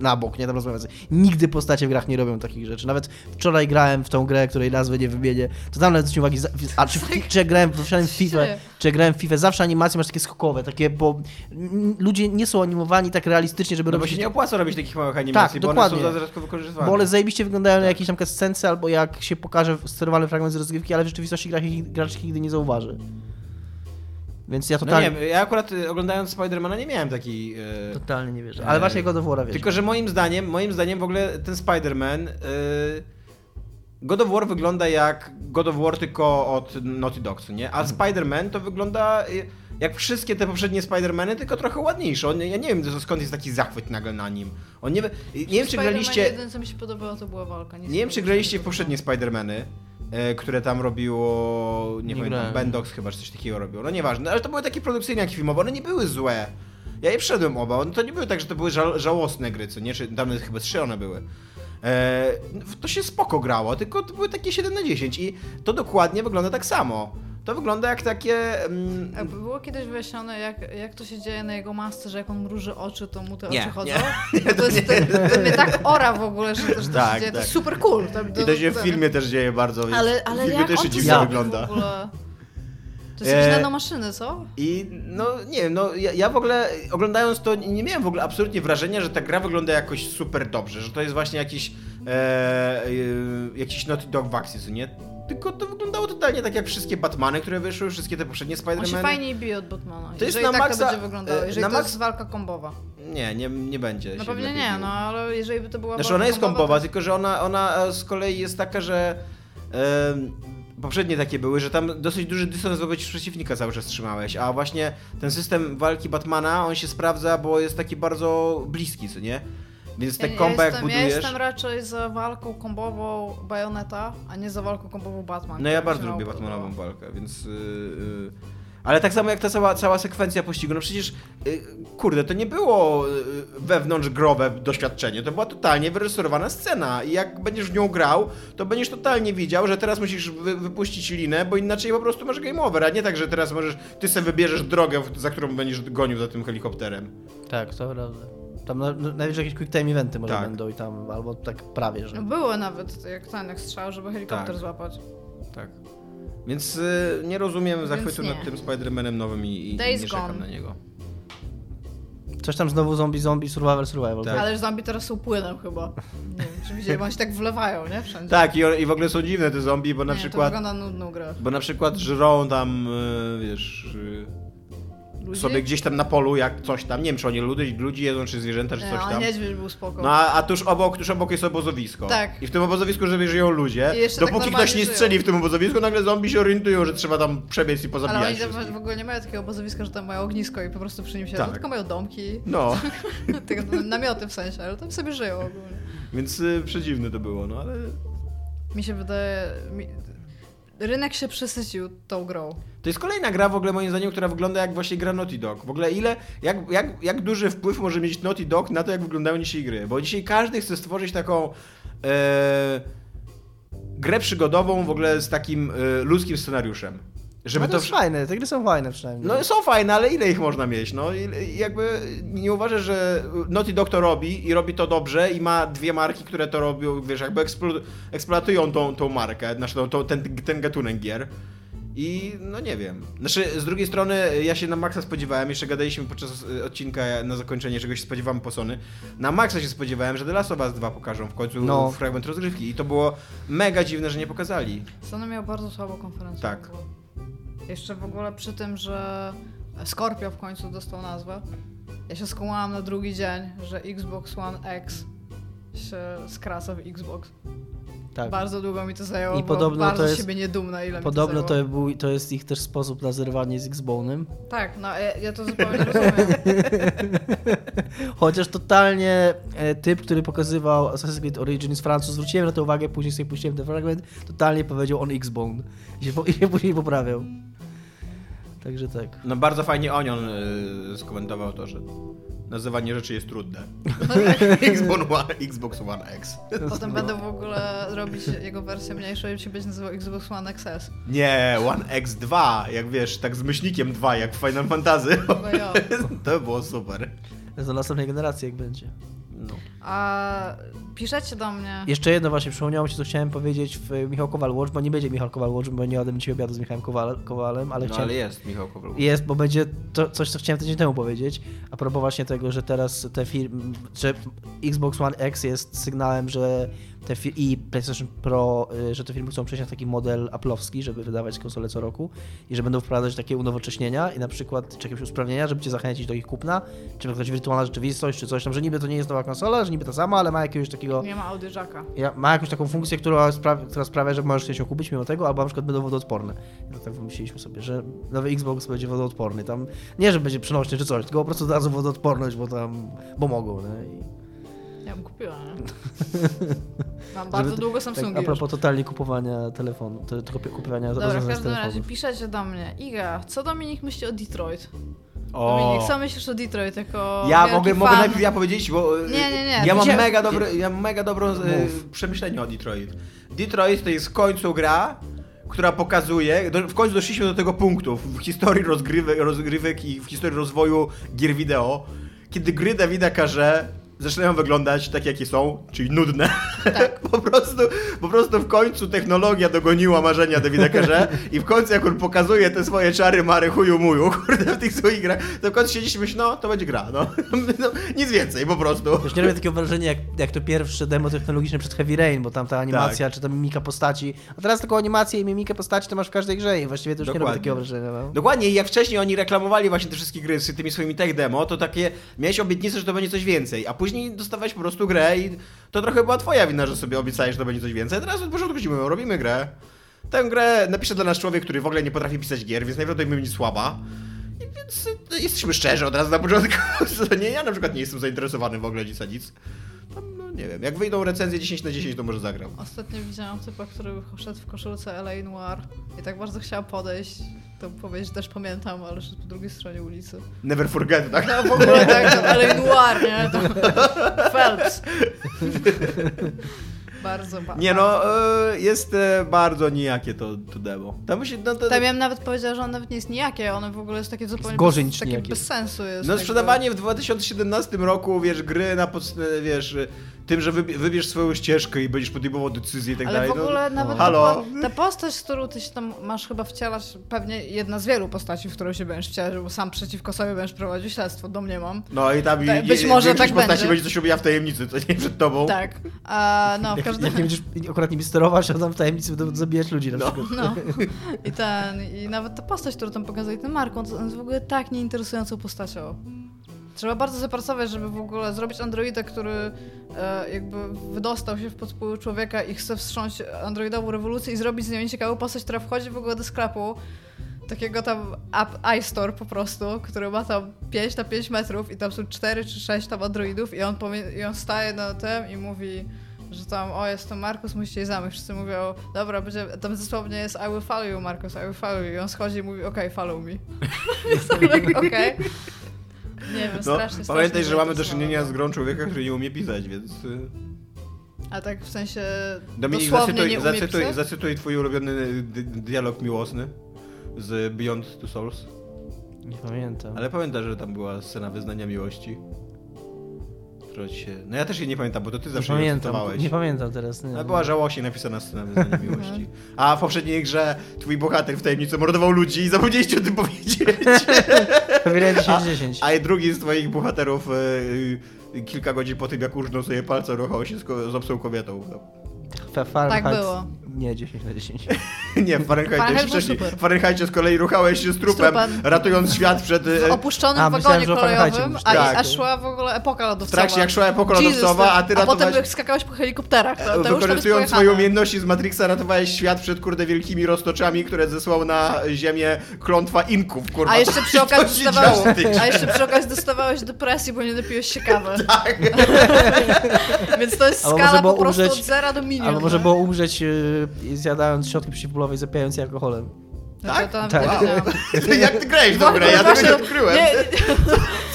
Speaker 2: na bok, nie tam rozmawiać. Nigdy postacie w grach nie robią takich rzeczy. Nawet wczoraj grałem w tą grę, której nazwy nie wymienię, to tam nawet zwróciłem uwagi, za- a czy, czy ja grałem w w FIFA,
Speaker 4: Się.
Speaker 2: czy ja grałem w FIFA, zawsze animacje masz takie skokowe, takie, bo mm, ludzie nie są animowani tak realistycznie, żeby
Speaker 3: No bo
Speaker 2: robić
Speaker 3: się nie opłaca robić takich małych animacji, bo one są
Speaker 2: dokładnie.
Speaker 3: za dodatkowo wykorzystywane.
Speaker 2: bo one zajebiście wyglądają na jakieś tam scence, albo jak się pokaże sterowany fragment z rozgrywki, ale w rzeczywistości gracz ich, gracz ich nigdy nie zauważy. Więc ja
Speaker 3: No
Speaker 2: totalnie,
Speaker 3: nie wiem, ja akurat y, oglądając Spidermana nie miałem takiej... e,
Speaker 2: totalnie nie wierzę. Ale właśnie God of War'a wierzę.
Speaker 3: Tylko, że moim zdaniem, moim zdaniem w ogóle ten Spider-Man. y, God of War wygląda jak God of War tylko od Naughty Dog, co nie? A Spider-Man to wygląda y, jak wszystkie te poprzednie Spider-Many, tylko trochę ładniejsze. On, ja nie wiem z- skąd jest taki zachwyt nagle na nim. On nie, nie wiem, czy
Speaker 4: Spider-Man
Speaker 3: graliście.
Speaker 4: Jeden, co mi się podobało, to była walka.
Speaker 3: Nie wiem, czy graliście w poprzednie Spider-Many, e, które tam robiło. Nie,
Speaker 2: Nie
Speaker 3: pamiętam,
Speaker 2: grałem.
Speaker 3: Bendox chyba czy coś takiego robił. No nieważne, ale to były takie produkcyjne jak filmowe, one nie były złe. Ja je wszedłem oba, no to nie były tak, że to były ża- żałosne gry, co nie? Czy, tam nawet chyba trzy one były. E, w- to się spoko grało, tylko to były takie 7 na 10 i to dokładnie wygląda tak samo. To wygląda jak takie. Mm,
Speaker 4: A było kiedyś wyjaśnione, jak, jak to się dzieje na jego masce, że jak on mruży oczy, to mu te
Speaker 3: Nie,
Speaker 4: oczy chodzą?
Speaker 3: nie.
Speaker 4: Bo to, jest, to, to mnie tak ora w ogóle, że, że to
Speaker 3: Tak,
Speaker 4: się
Speaker 3: tak.
Speaker 4: dzieje. To jest super cool.
Speaker 3: I to się w filmie też dzieje bardzo. więc
Speaker 4: E, Ale,
Speaker 3: w
Speaker 4: ale
Speaker 3: filmie
Speaker 4: jak
Speaker 3: też się
Speaker 4: on to
Speaker 3: dziwnie
Speaker 4: zrobił
Speaker 3: wygląda.
Speaker 4: w ogóle? To jest
Speaker 3: E,
Speaker 4: jakieś nanomaszyny, co?
Speaker 3: I no nie wiem, no ja, ja w ogóle oglądając to nie miałem w ogóle absolutnie wrażenia, że ta gra wygląda jakoś super dobrze, że to jest właśnie jakiś e, e, jakiś Naughty Dog Vaxis, nie? Tylko to wyglądało totalnie tak jak wszystkie Batmany, które wyszły, wszystkie te poprzednie
Speaker 4: On się
Speaker 3: Spider-Many.
Speaker 4: fajniej bije od Batmana.
Speaker 3: To jest
Speaker 4: jeżeli
Speaker 3: na
Speaker 4: tak
Speaker 3: maksa-
Speaker 4: to będzie wyglądało,
Speaker 3: e,
Speaker 4: jeżeli
Speaker 3: na
Speaker 4: to
Speaker 3: maks-
Speaker 4: jest walka kombowa.
Speaker 3: Nie, nie, nie będzie.
Speaker 4: No
Speaker 3: się
Speaker 4: pewnie
Speaker 3: lepiej
Speaker 4: nie,
Speaker 3: biło.
Speaker 4: no ale jeżeli by to była tak.
Speaker 3: Znaczy
Speaker 4: walka
Speaker 3: ona jest kompowa,
Speaker 4: to-
Speaker 3: tylko że ona, ona e, z kolei jest taka, że em, poprzednie takie były, że tam dosyć duży dystans wobec przeciwnika cały czas trzymałeś, a właśnie ten system walki Batmana, on się sprawdza, bo jest taki bardzo bliski, co nie? Więc te
Speaker 4: Ja nie-
Speaker 3: komba
Speaker 4: ja
Speaker 3: jak
Speaker 4: jestem,
Speaker 3: budujesz...
Speaker 4: Ja jestem raczej za walką kombową Bajoneta, a nie za walką kombową Batman.
Speaker 3: No ja
Speaker 4: która mi
Speaker 3: bardzo
Speaker 4: się no. mało
Speaker 3: lubię
Speaker 4: podobała.
Speaker 3: Batmanową walkę, więc. Yy, yy. Ale tak samo jak ta cała, cała sekwencja pościgu, no przecież, yy, kurde, to nie było yy, wewnątrzgrowe doświadczenie, to była totalnie wyreżyserowana scena i jak będziesz w nią grał, to będziesz totalnie wiedział, że teraz musisz wy, wypuścić linę, bo inaczej po prostu masz game over, a nie tak, że teraz możesz, ty sobie wybierzesz drogę, w- za którą będziesz gonił za tym helikopterem.
Speaker 2: Tak, to prawda. Tam na- na- najwyżej jakieś quick time eventy może
Speaker 3: Tak.
Speaker 2: będą i tam, albo tak prawie, że...
Speaker 4: No były nawet, jak ten, jak strzał, żeby helikopter
Speaker 3: Tak.
Speaker 4: złapać.
Speaker 3: Tak. Więc yy, nie rozumiem zachwytu
Speaker 4: nie.
Speaker 3: nad tym Spider-Manem nowym i, i
Speaker 4: Days
Speaker 3: nie czekam
Speaker 4: Gone.
Speaker 3: na niego.
Speaker 2: Coś tam znowu zombie, zombie, survival, survival.
Speaker 3: Tak.
Speaker 4: Ale już zombie teraz są płynem chyba. Nie wiem, czy widzieli, bo oni się tak wlewają, nie? Wszędzie.
Speaker 3: Tak, i, o- i w ogóle są dziwne te zombie, bo na
Speaker 4: nie,
Speaker 3: przykład...
Speaker 4: To wygląda na nudną grę.
Speaker 3: Bo na przykład żrą tam, y, wiesz, y,
Speaker 4: Ludzi?
Speaker 3: sobie gdzieś tam na polu, jak coś tam, nie wiem, czy oni ludzi, ludzi jedzą, czy zwierzęta, czy
Speaker 4: nie,
Speaker 3: coś
Speaker 4: a
Speaker 3: tam.
Speaker 4: niedźwiedź był spoko.
Speaker 3: No a, a tuż obok, tuż obok jest obozowisko.
Speaker 4: Tak.
Speaker 3: I w tym obozowisku żywi- żyją ludzie.
Speaker 4: I jeszcze tak
Speaker 3: Dopóki
Speaker 4: normalnie
Speaker 3: ktoś nie
Speaker 4: żyją.
Speaker 3: strzeli w tym obozowisku, nagle zombie się orientują, że trzeba tam przebiec i pozabijać
Speaker 4: Ale oni tam
Speaker 3: wszystkich.
Speaker 4: w ogóle nie mają takiego obozowiska, że tam mają ognisko i po prostu przy nim siedzą,
Speaker 3: Tak.
Speaker 4: tylko mają domki,
Speaker 3: No,
Speaker 4: tylko namioty w sensie, ale tam sobie żyją ogólnie.
Speaker 3: więc y, przedziwne to było, no ale...
Speaker 4: Mi się wydaje... Mi... Rynek się przesycił tą grą.
Speaker 3: To jest kolejna gra w ogóle moim zdaniem, która wygląda jak właśnie gra Naughty Dog. W ogóle ile, jak, jak, jak duży wpływ może mieć Naughty Dog na to, jak wyglądają dzisiaj gry. Bo dzisiaj każdy chce stworzyć taką e, grę przygodową w ogóle z takim e, ludzkim scenariuszem. Żeby
Speaker 2: no to
Speaker 3: to...
Speaker 2: jest
Speaker 3: wsz-
Speaker 2: fajne, te gry są fajne przynajmniej.
Speaker 3: No są fajne, ale ile ich można mieć? No i- i jakby nie uważasz, że Naughty Dog to robi i robi to dobrze i ma dwie marki, które to robią, wiesz, jakby eksplo- eksploatują tą, tą markę, znaczy tą, tą, ten, ten gatunek gier. I no nie wiem. Znaczy, z drugiej strony ja się na maksa spodziewałem, jeszcze gadaliśmy podczas y, odcinka na zakończenie, czego się spodziewam po Sony. Na maksa się spodziewałem, że The Last of Us 2 pokażą w końcu
Speaker 2: No.
Speaker 3: fragment rozgrywki i to było mega dziwne, że nie pokazali.
Speaker 4: Sony miał bardzo słabą konferencję.
Speaker 3: Tak.
Speaker 4: w ogóle. Jeszcze w ogóle przy tym, że Scorpio w końcu dostał nazwę. Ja się skołałam na drugi dzień, że Xbox One X się skraca w Xbox.
Speaker 2: Tak.
Speaker 4: Bardzo długo mi to zajęło.
Speaker 2: I
Speaker 4: I
Speaker 2: podobno
Speaker 4: podobno bardzo
Speaker 2: to jest-
Speaker 4: siebie niedumna, ile
Speaker 2: Podobno
Speaker 4: mi to zajęło.
Speaker 2: to, był, to jest ich też sposób na zerwanie z Xbone'em.
Speaker 4: Tak, no ja, ja to zupełnie rozumiem.
Speaker 2: Chociaż totalnie e, typ, który pokazywał Assassin's Creed Origins Francuz, zwróciłem na to uwagę, później sobie puściłem ten fragment, totalnie powiedział on Xbone. I się, po, I się później poprawiał. Także tak.
Speaker 3: No bardzo fajnie Onion y, skomentował to, że nazywanie rzeczy jest trudne. Xbox One, Xbox One X.
Speaker 4: Potem będą w ogóle robić jego wersję mniejszą i się będzie nazywał Xbox One XS.
Speaker 3: Nie, One X2, jak wiesz, tak z myślnikiem 2, jak w Final Fantasy.
Speaker 4: Chyba ja.
Speaker 3: to było super.
Speaker 2: Do następnej generacji, jak będzie.
Speaker 3: No.
Speaker 4: A piszecie do mnie.
Speaker 2: Jeszcze jedno właśnie, przypomniało mi się, co chciałem powiedzieć w e, Michał Kowal Watch, bo nie będzie Michał Kowal Watch, bo nie jadę dzisiaj obiadu z Michałem Kowal, Kowalem, ale
Speaker 3: no
Speaker 2: chciałem...
Speaker 3: ale jest Michał Kowal.
Speaker 2: Jest, bo będzie to, coś, co chciałem tydzień temu powiedzieć. A propos właśnie tego, że teraz te firmy, że Xbox One X jest sygnałem, że te fir- i PlayStation Pro, y, że te firmy chcą przejść na taki model Apple'owski, żeby wydawać konsole co roku i że będą wprowadzać takie unowocześnienia i na przykład czy jakieś usprawnienia, żeby cię zachęcić do ich kupna, czy jakaś wirtualna rzeczywistość, czy coś tam, że niby to nie jest nowa konsola, że niby ta sama, ale ma jakiegoś takiego
Speaker 4: Nie ma Audi Jacka.
Speaker 2: ja, ma jakąś taką funkcję, która, spra- która sprawia, że możesz chcieć ją kupić mimo tego, albo na przykład będą wodoodporne. No tak wymyśliliśmy sobie, że nowy Xbox będzie wodoodporny. Tam nie, że będzie przenośny czy coś, tylko po prostu dadzą wodoodporność, bo tam, bo mogą. Nie? I,
Speaker 4: Ja bym kupiła, nie? Mam bardzo
Speaker 2: żeby-
Speaker 4: długo
Speaker 2: tak,
Speaker 4: Samsungi
Speaker 2: a
Speaker 4: już.
Speaker 2: propos totalnie kupowania telefonu, to, to kupi- kupowania
Speaker 4: Dobra, w
Speaker 2: rozwiązań z
Speaker 4: każdym razie
Speaker 2: telefonów.
Speaker 4: piszecie do mnie. Iga, co Dominik myśli o Detroit? Dominik,
Speaker 3: O.
Speaker 4: co myślisz o Detroit jako
Speaker 3: Ja
Speaker 4: wielki
Speaker 3: mogę,
Speaker 4: fan?
Speaker 3: mogę najpierw ja powiedzieć, bo y,
Speaker 4: Nie, nie, nie.
Speaker 3: ja mam
Speaker 2: Gdzie-
Speaker 3: mega dobre, ja mam mega dobrą
Speaker 2: Mów.
Speaker 3: y, przemyślenie o Detroit. Detroit to jest w końcu gra, która pokazuje, do, w końcu doszliśmy do tego punktu w historii rozgrywek, rozgrywek i w historii rozwoju gier wideo, kiedy gry Dawida Karze zaczynają wyglądać tak, jakie są, czyli nudne.
Speaker 4: Tak.
Speaker 3: po, prostu, po prostu w końcu technologia dogoniła marzenia Dawida Karze i w końcu jak on pokazuje te swoje czary mary chuju muju, kurde, w tych swoich grach, to w końcu siedzieliśmy się, no, to będzie gra, no. no nic więcej, po prostu.
Speaker 2: Też nie robię takiego wrażenia, jak, jak to pierwsze demo technologiczne przed Heavy Rain, bo tam ta animacja, czy ta mimika postaci, a teraz tylko animację i mimikę postaci to masz w każdej grze i właściwie to już nie robię
Speaker 3: Dokładnie.
Speaker 2: takiego wrażenia. No.
Speaker 3: Dokładnie, i jak wcześniej oni reklamowali właśnie te wszystkie gry z tymi swoimi tech demo, to takie, miałeś obietnicę, że to będzie coś więcej, a później dostawałeś po prostu grę i to trochę była twoja wina, że sobie obiecałeś, że to będzie coś więcej, a teraz od początku ci mówią, robimy grę. Tę grę napisze dla nas człowiek, który w ogóle nie potrafi pisać gier, więc najprawdopodobniej będzie słaba. I więc y, jesteśmy szczerzy od razu na początku, co nie, ja na przykład nie jestem zainteresowany w ogóle nic za nic. Tam, no nie wiem, jak wyjdą recenzje 10 na 10, to może zagram.
Speaker 4: Ostatnio widziałam typa, który szedł w koszulce LA Noir i tak bardzo chciała podejść. To powiedzieć też pamiętam, ale szedł po drugiej stronie ulicy.
Speaker 3: Never forget, tak?
Speaker 4: No w ogóle tak, LA Noir, nie? To Phelps. bardzo, bardzo.
Speaker 3: Nie no, y, jest y, bardzo nijakie to, to demo. Tam się, no, to,
Speaker 4: Tam ja bym nawet powiedziała, że on nawet nie jest nijakie, ono w ogóle jest takie zupełnie
Speaker 2: gorzej niż
Speaker 4: bez, takie
Speaker 2: nijakie.
Speaker 4: bez sensu jest.
Speaker 3: no
Speaker 4: jakby.
Speaker 3: sprzedawanie w 2017 roku, wiesz, gry na podstawie, wiesz, y, tym, że wybi- wybierz swoją ścieżkę i będziesz podejmował decyzje i tak
Speaker 4: Ale
Speaker 3: dalej.
Speaker 4: w ogóle
Speaker 2: no.
Speaker 4: nawet
Speaker 3: Halo?
Speaker 4: Ta, po- ta postać, z którą ty się tam masz chyba wcielać, pewnie jedna z wielu postaci, w którą się będziesz wcielać, bo sam przeciwko sobie będziesz prowadził śledztwo, do mnie mam.
Speaker 3: No, no i tam
Speaker 4: Tak,
Speaker 3: i,
Speaker 4: być
Speaker 3: i,
Speaker 4: może
Speaker 3: większość
Speaker 4: tak
Speaker 3: postaci
Speaker 4: będzie.
Speaker 3: będzie coś robiła w tajemnicy, to nie przed tobą.
Speaker 4: Tak. A, no, w
Speaker 2: Jak,
Speaker 4: każdym
Speaker 2: jak nie będziesz akurat nimi sterować, a tam w tajemnicy będą zabijać ludzi na przykład.
Speaker 4: No. I ten, i nawet ta postać, którą tam pokazuje ten Mark, on on jest w ogóle tak nieinteresującą postacią. Trzeba bardzo zapracować, żeby w ogóle zrobić androida, który e, jakby wydostał się w podpływ człowieka i chce wstrząść androidową rewolucję i zrobić z nią ciekawą postać, która wchodzi w ogóle do sklepu takiego tam app iStore po prostu, który ma tam 5 na 5 metrów i tam są 4 czy 6 tam androidów i on, pomie- i on staje na tym i mówi, że tam, o jest to Markus, musicie jej zamyć. Wszyscy mówią, dobra, będzie, tam dosłownie jest I will follow you, Markus, I will follow you. I on schodzi i mówi, okej, follow me. Jest tak, okej. Nie wiem,
Speaker 3: No,
Speaker 4: strasznie, strasznie
Speaker 3: pamiętaj, że mamy do
Speaker 4: zainteresowało.
Speaker 3: czynienia z grą człowieka, który nie umie pisać, więc... y,
Speaker 4: A tak w sensie
Speaker 3: Dominik,
Speaker 4: dosłownie
Speaker 3: zacytuj,
Speaker 4: nie umie
Speaker 3: zacytuj,
Speaker 4: pisać?
Speaker 3: zacytuj twój ulubiony dy- dialog miłosny z Beyond Two Souls.
Speaker 2: Nie pamiętam.
Speaker 3: Ale pamiętasz, że tam była scena wyznania miłości? która ci się... No ja też jej nie pamiętam, bo to ty
Speaker 2: Nie
Speaker 3: zawsze ją
Speaker 2: pamiętam,
Speaker 3: cytowałeś.
Speaker 2: nie pamiętam Mhm. teraz. Nie.
Speaker 3: Ale była żałośnie napisana scena wyznania miłości. A w poprzedniej grze twój bohater w tajemnicy mordował ludzi i zapomnieliście o tym powiedzieć.
Speaker 2: Pewnie 10
Speaker 3: A-
Speaker 2: 10.
Speaker 3: A i drugi z twoich bohaterów e, e, kilka godzin po tym, jak urżnął sobie palce, ruchał się z, ko- z obcą kobietą. No.
Speaker 2: Fahrenheit-
Speaker 4: Tak było.
Speaker 2: Nie, 10 na 10.
Speaker 3: Nie, w Fahrenheitie
Speaker 4: Fahrenheit
Speaker 3: już
Speaker 4: był
Speaker 3: wcześniej.
Speaker 4: super.
Speaker 3: W Fahrenheitie z kolei ruchałeś się z trupem,
Speaker 4: trupem.
Speaker 3: ratując świat przed...
Speaker 4: W
Speaker 3: E,
Speaker 4: opuszczonym
Speaker 2: A, myślałem,
Speaker 4: wagonie
Speaker 2: że o Fahrenheitie
Speaker 4: kolejowym,
Speaker 2: mówisz.
Speaker 4: a,
Speaker 3: Tak.
Speaker 4: a szła w ogóle epoka
Speaker 3: w
Speaker 4: lodowcowa.
Speaker 3: trakcie jak szła epoka
Speaker 4: Jesus,
Speaker 3: lodowcowa, a ty
Speaker 4: a potem
Speaker 3: ratowałeś...
Speaker 4: jak skakałeś po helikopterach, to, to już tak to
Speaker 3: Wykorzystując
Speaker 4: jest
Speaker 3: swoje
Speaker 4: pojechane.
Speaker 3: umiejętności z Matrixa ratowałeś świat przed kurde wielkimi roztoczami, które zesłał na ziemię klątwa Inków, kurwa.
Speaker 4: A jeszcze, przy
Speaker 3: To się
Speaker 4: okazji
Speaker 3: działo w tej
Speaker 4: dostawałeś,
Speaker 3: grze.
Speaker 4: a jeszcze przy okazji dostawałeś depresji, bo nie dopiłeś się kawy.
Speaker 3: Tak.
Speaker 4: Więc to jest
Speaker 2: Albo
Speaker 4: skala
Speaker 2: może było
Speaker 4: po prostu
Speaker 2: umrzeć-
Speaker 4: od zera do no. minimum.
Speaker 2: Albo może
Speaker 4: nie?
Speaker 2: było umrzeć y, zjadając środki przeciwbólowe i zapijając je alkoholem.
Speaker 4: No
Speaker 3: Tak?
Speaker 4: To, to
Speaker 2: Tak.
Speaker 4: tak.
Speaker 3: Wow. jak ty grałeś w tą grę? Ja tego
Speaker 4: No, Właśnie,
Speaker 3: nie odkryłem.
Speaker 4: Nie,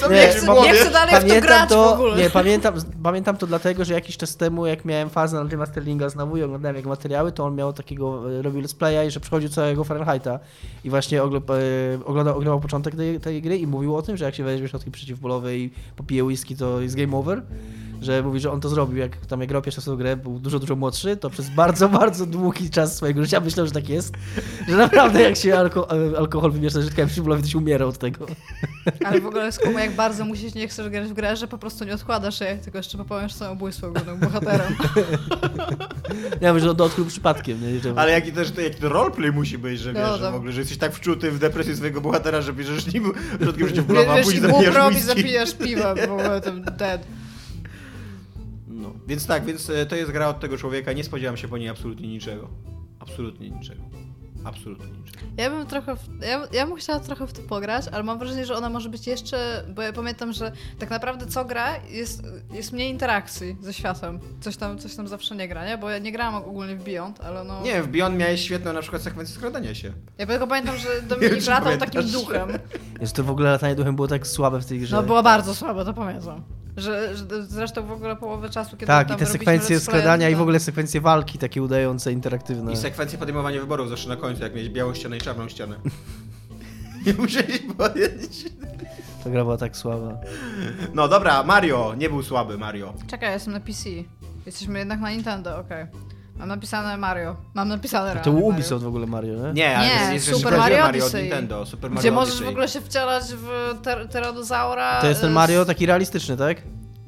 Speaker 3: Co
Speaker 2: Nie,
Speaker 3: miałeś
Speaker 2: chcę-
Speaker 3: w
Speaker 2: nie
Speaker 3: głowie?
Speaker 4: chcę dalej- w to grać w ogóle.
Speaker 2: Nie, pamiętam, pamiętam to dlatego, że jakiś czas temu, jak miałem fazę na temat Sterlinga znowu i oglądałem jego materiały, to on miał takiego, e, robił let's playa i że przychodził całego Fahrenheita i właśnie ogl- e, oglądał, ogrywał początek tej, tej gry i mówił o tym, że jak się weźmie środki przeciwbólowe i popije whisky, to jest game over. Że mówi, że on to zrobił, jak tam jak grał pierwszy raz w tą grę, był dużo, dużo młodszy, to przez bardzo, bardzo długi czas swojego życia myślał, że tak jest, że naprawdę jak się alko e, alkohol wymiesza z środkami przeciwbólowymi, to się umiera od tego.
Speaker 4: Ale w ogóle skumy, jak bardzo musisz, nie chcesz grać w grę, że po prostu nie odkładasz jej, tylko jeszcze popełniasz samobójstwo głównym bohaterem.
Speaker 2: Ja myślę, że on to odkrył przypadkiem. Nie? Że...
Speaker 3: Ale jaki też jaki to roleplay musi być, że
Speaker 4: No,
Speaker 3: wiesz, że
Speaker 4: tak.
Speaker 3: w ogóle, że jesteś tak wczuty w depresję swojego bohatera, że bierzesz nim środkiem przeciwbólowa, a
Speaker 4: Wiesz,
Speaker 3: później
Speaker 4: głup robi,
Speaker 3: zabijasz whisky.
Speaker 4: zapijasz piwa, w ogóle tam dead.
Speaker 3: No. Więc tak, więc e, to jest gra od tego człowieka, nie spodziewam się po niej absolutnie niczego. Absolutnie niczego. Absolutnie niczego.
Speaker 4: Ja bym trochę. W, ja, ja bym chciała trochę w to pograć, ale mam wrażenie, że ona może być jeszcze. Bo ja pamiętam, że tak naprawdę co gra, jest, jest mniej interakcji ze światem. Coś tam, coś tam zawsze nie gra, nie? Bo ja nie grałam ogólnie w Beyond, ale no.
Speaker 3: Nie, w Beyond miałeś świetną na przykład sekwencję skradania się.
Speaker 4: Ja tylko pamiętam, że
Speaker 3: Nie wiem,
Speaker 4: Dominik
Speaker 3: czy
Speaker 4: latał
Speaker 3: pamiętasz.
Speaker 4: takim duchem.
Speaker 2: Jest to w ogóle latanie duchem było tak słabe w tej grze.
Speaker 4: No było bardzo słabe, to pamiętam. Że, że zresztą w ogóle połowę czasu, kiedy
Speaker 2: Tak,
Speaker 4: tam
Speaker 2: i te
Speaker 4: robiliśmy no.
Speaker 2: sekwencje
Speaker 4: let's play,
Speaker 2: skradania i
Speaker 4: to-
Speaker 2: w ogóle sekwencje walki takie udające, interaktywne.
Speaker 3: I sekwencję podejmowania wyborów zawsze na końcu, jak miałeś białą ścianę i czarną ścianę. Nie musiałeś powiedzieć.
Speaker 2: Ta gra była tak słaba.
Speaker 3: No dobra, Mario, nie był słaby Mario.
Speaker 4: Czekaj, ja jestem na PC. Jesteśmy jednak na Nintendo, okej. Mam napisane Mario. Mam napisane
Speaker 2: A
Speaker 4: Mario.
Speaker 2: to był Ubisoft w ogóle Mario, nie?
Speaker 3: Nie, ale
Speaker 4: Nie,
Speaker 3: jest- jest
Speaker 4: Super
Speaker 3: jeszcze
Speaker 4: Mario
Speaker 3: Mario od
Speaker 4: Odyssey.
Speaker 3: Nintendo, Super Mario
Speaker 4: Gdzie możesz
Speaker 3: Odyssey.
Speaker 4: w ogóle się wcielać w ter teranozaura.
Speaker 2: To jest ten
Speaker 4: y,
Speaker 2: Mario taki realistyczny, tak?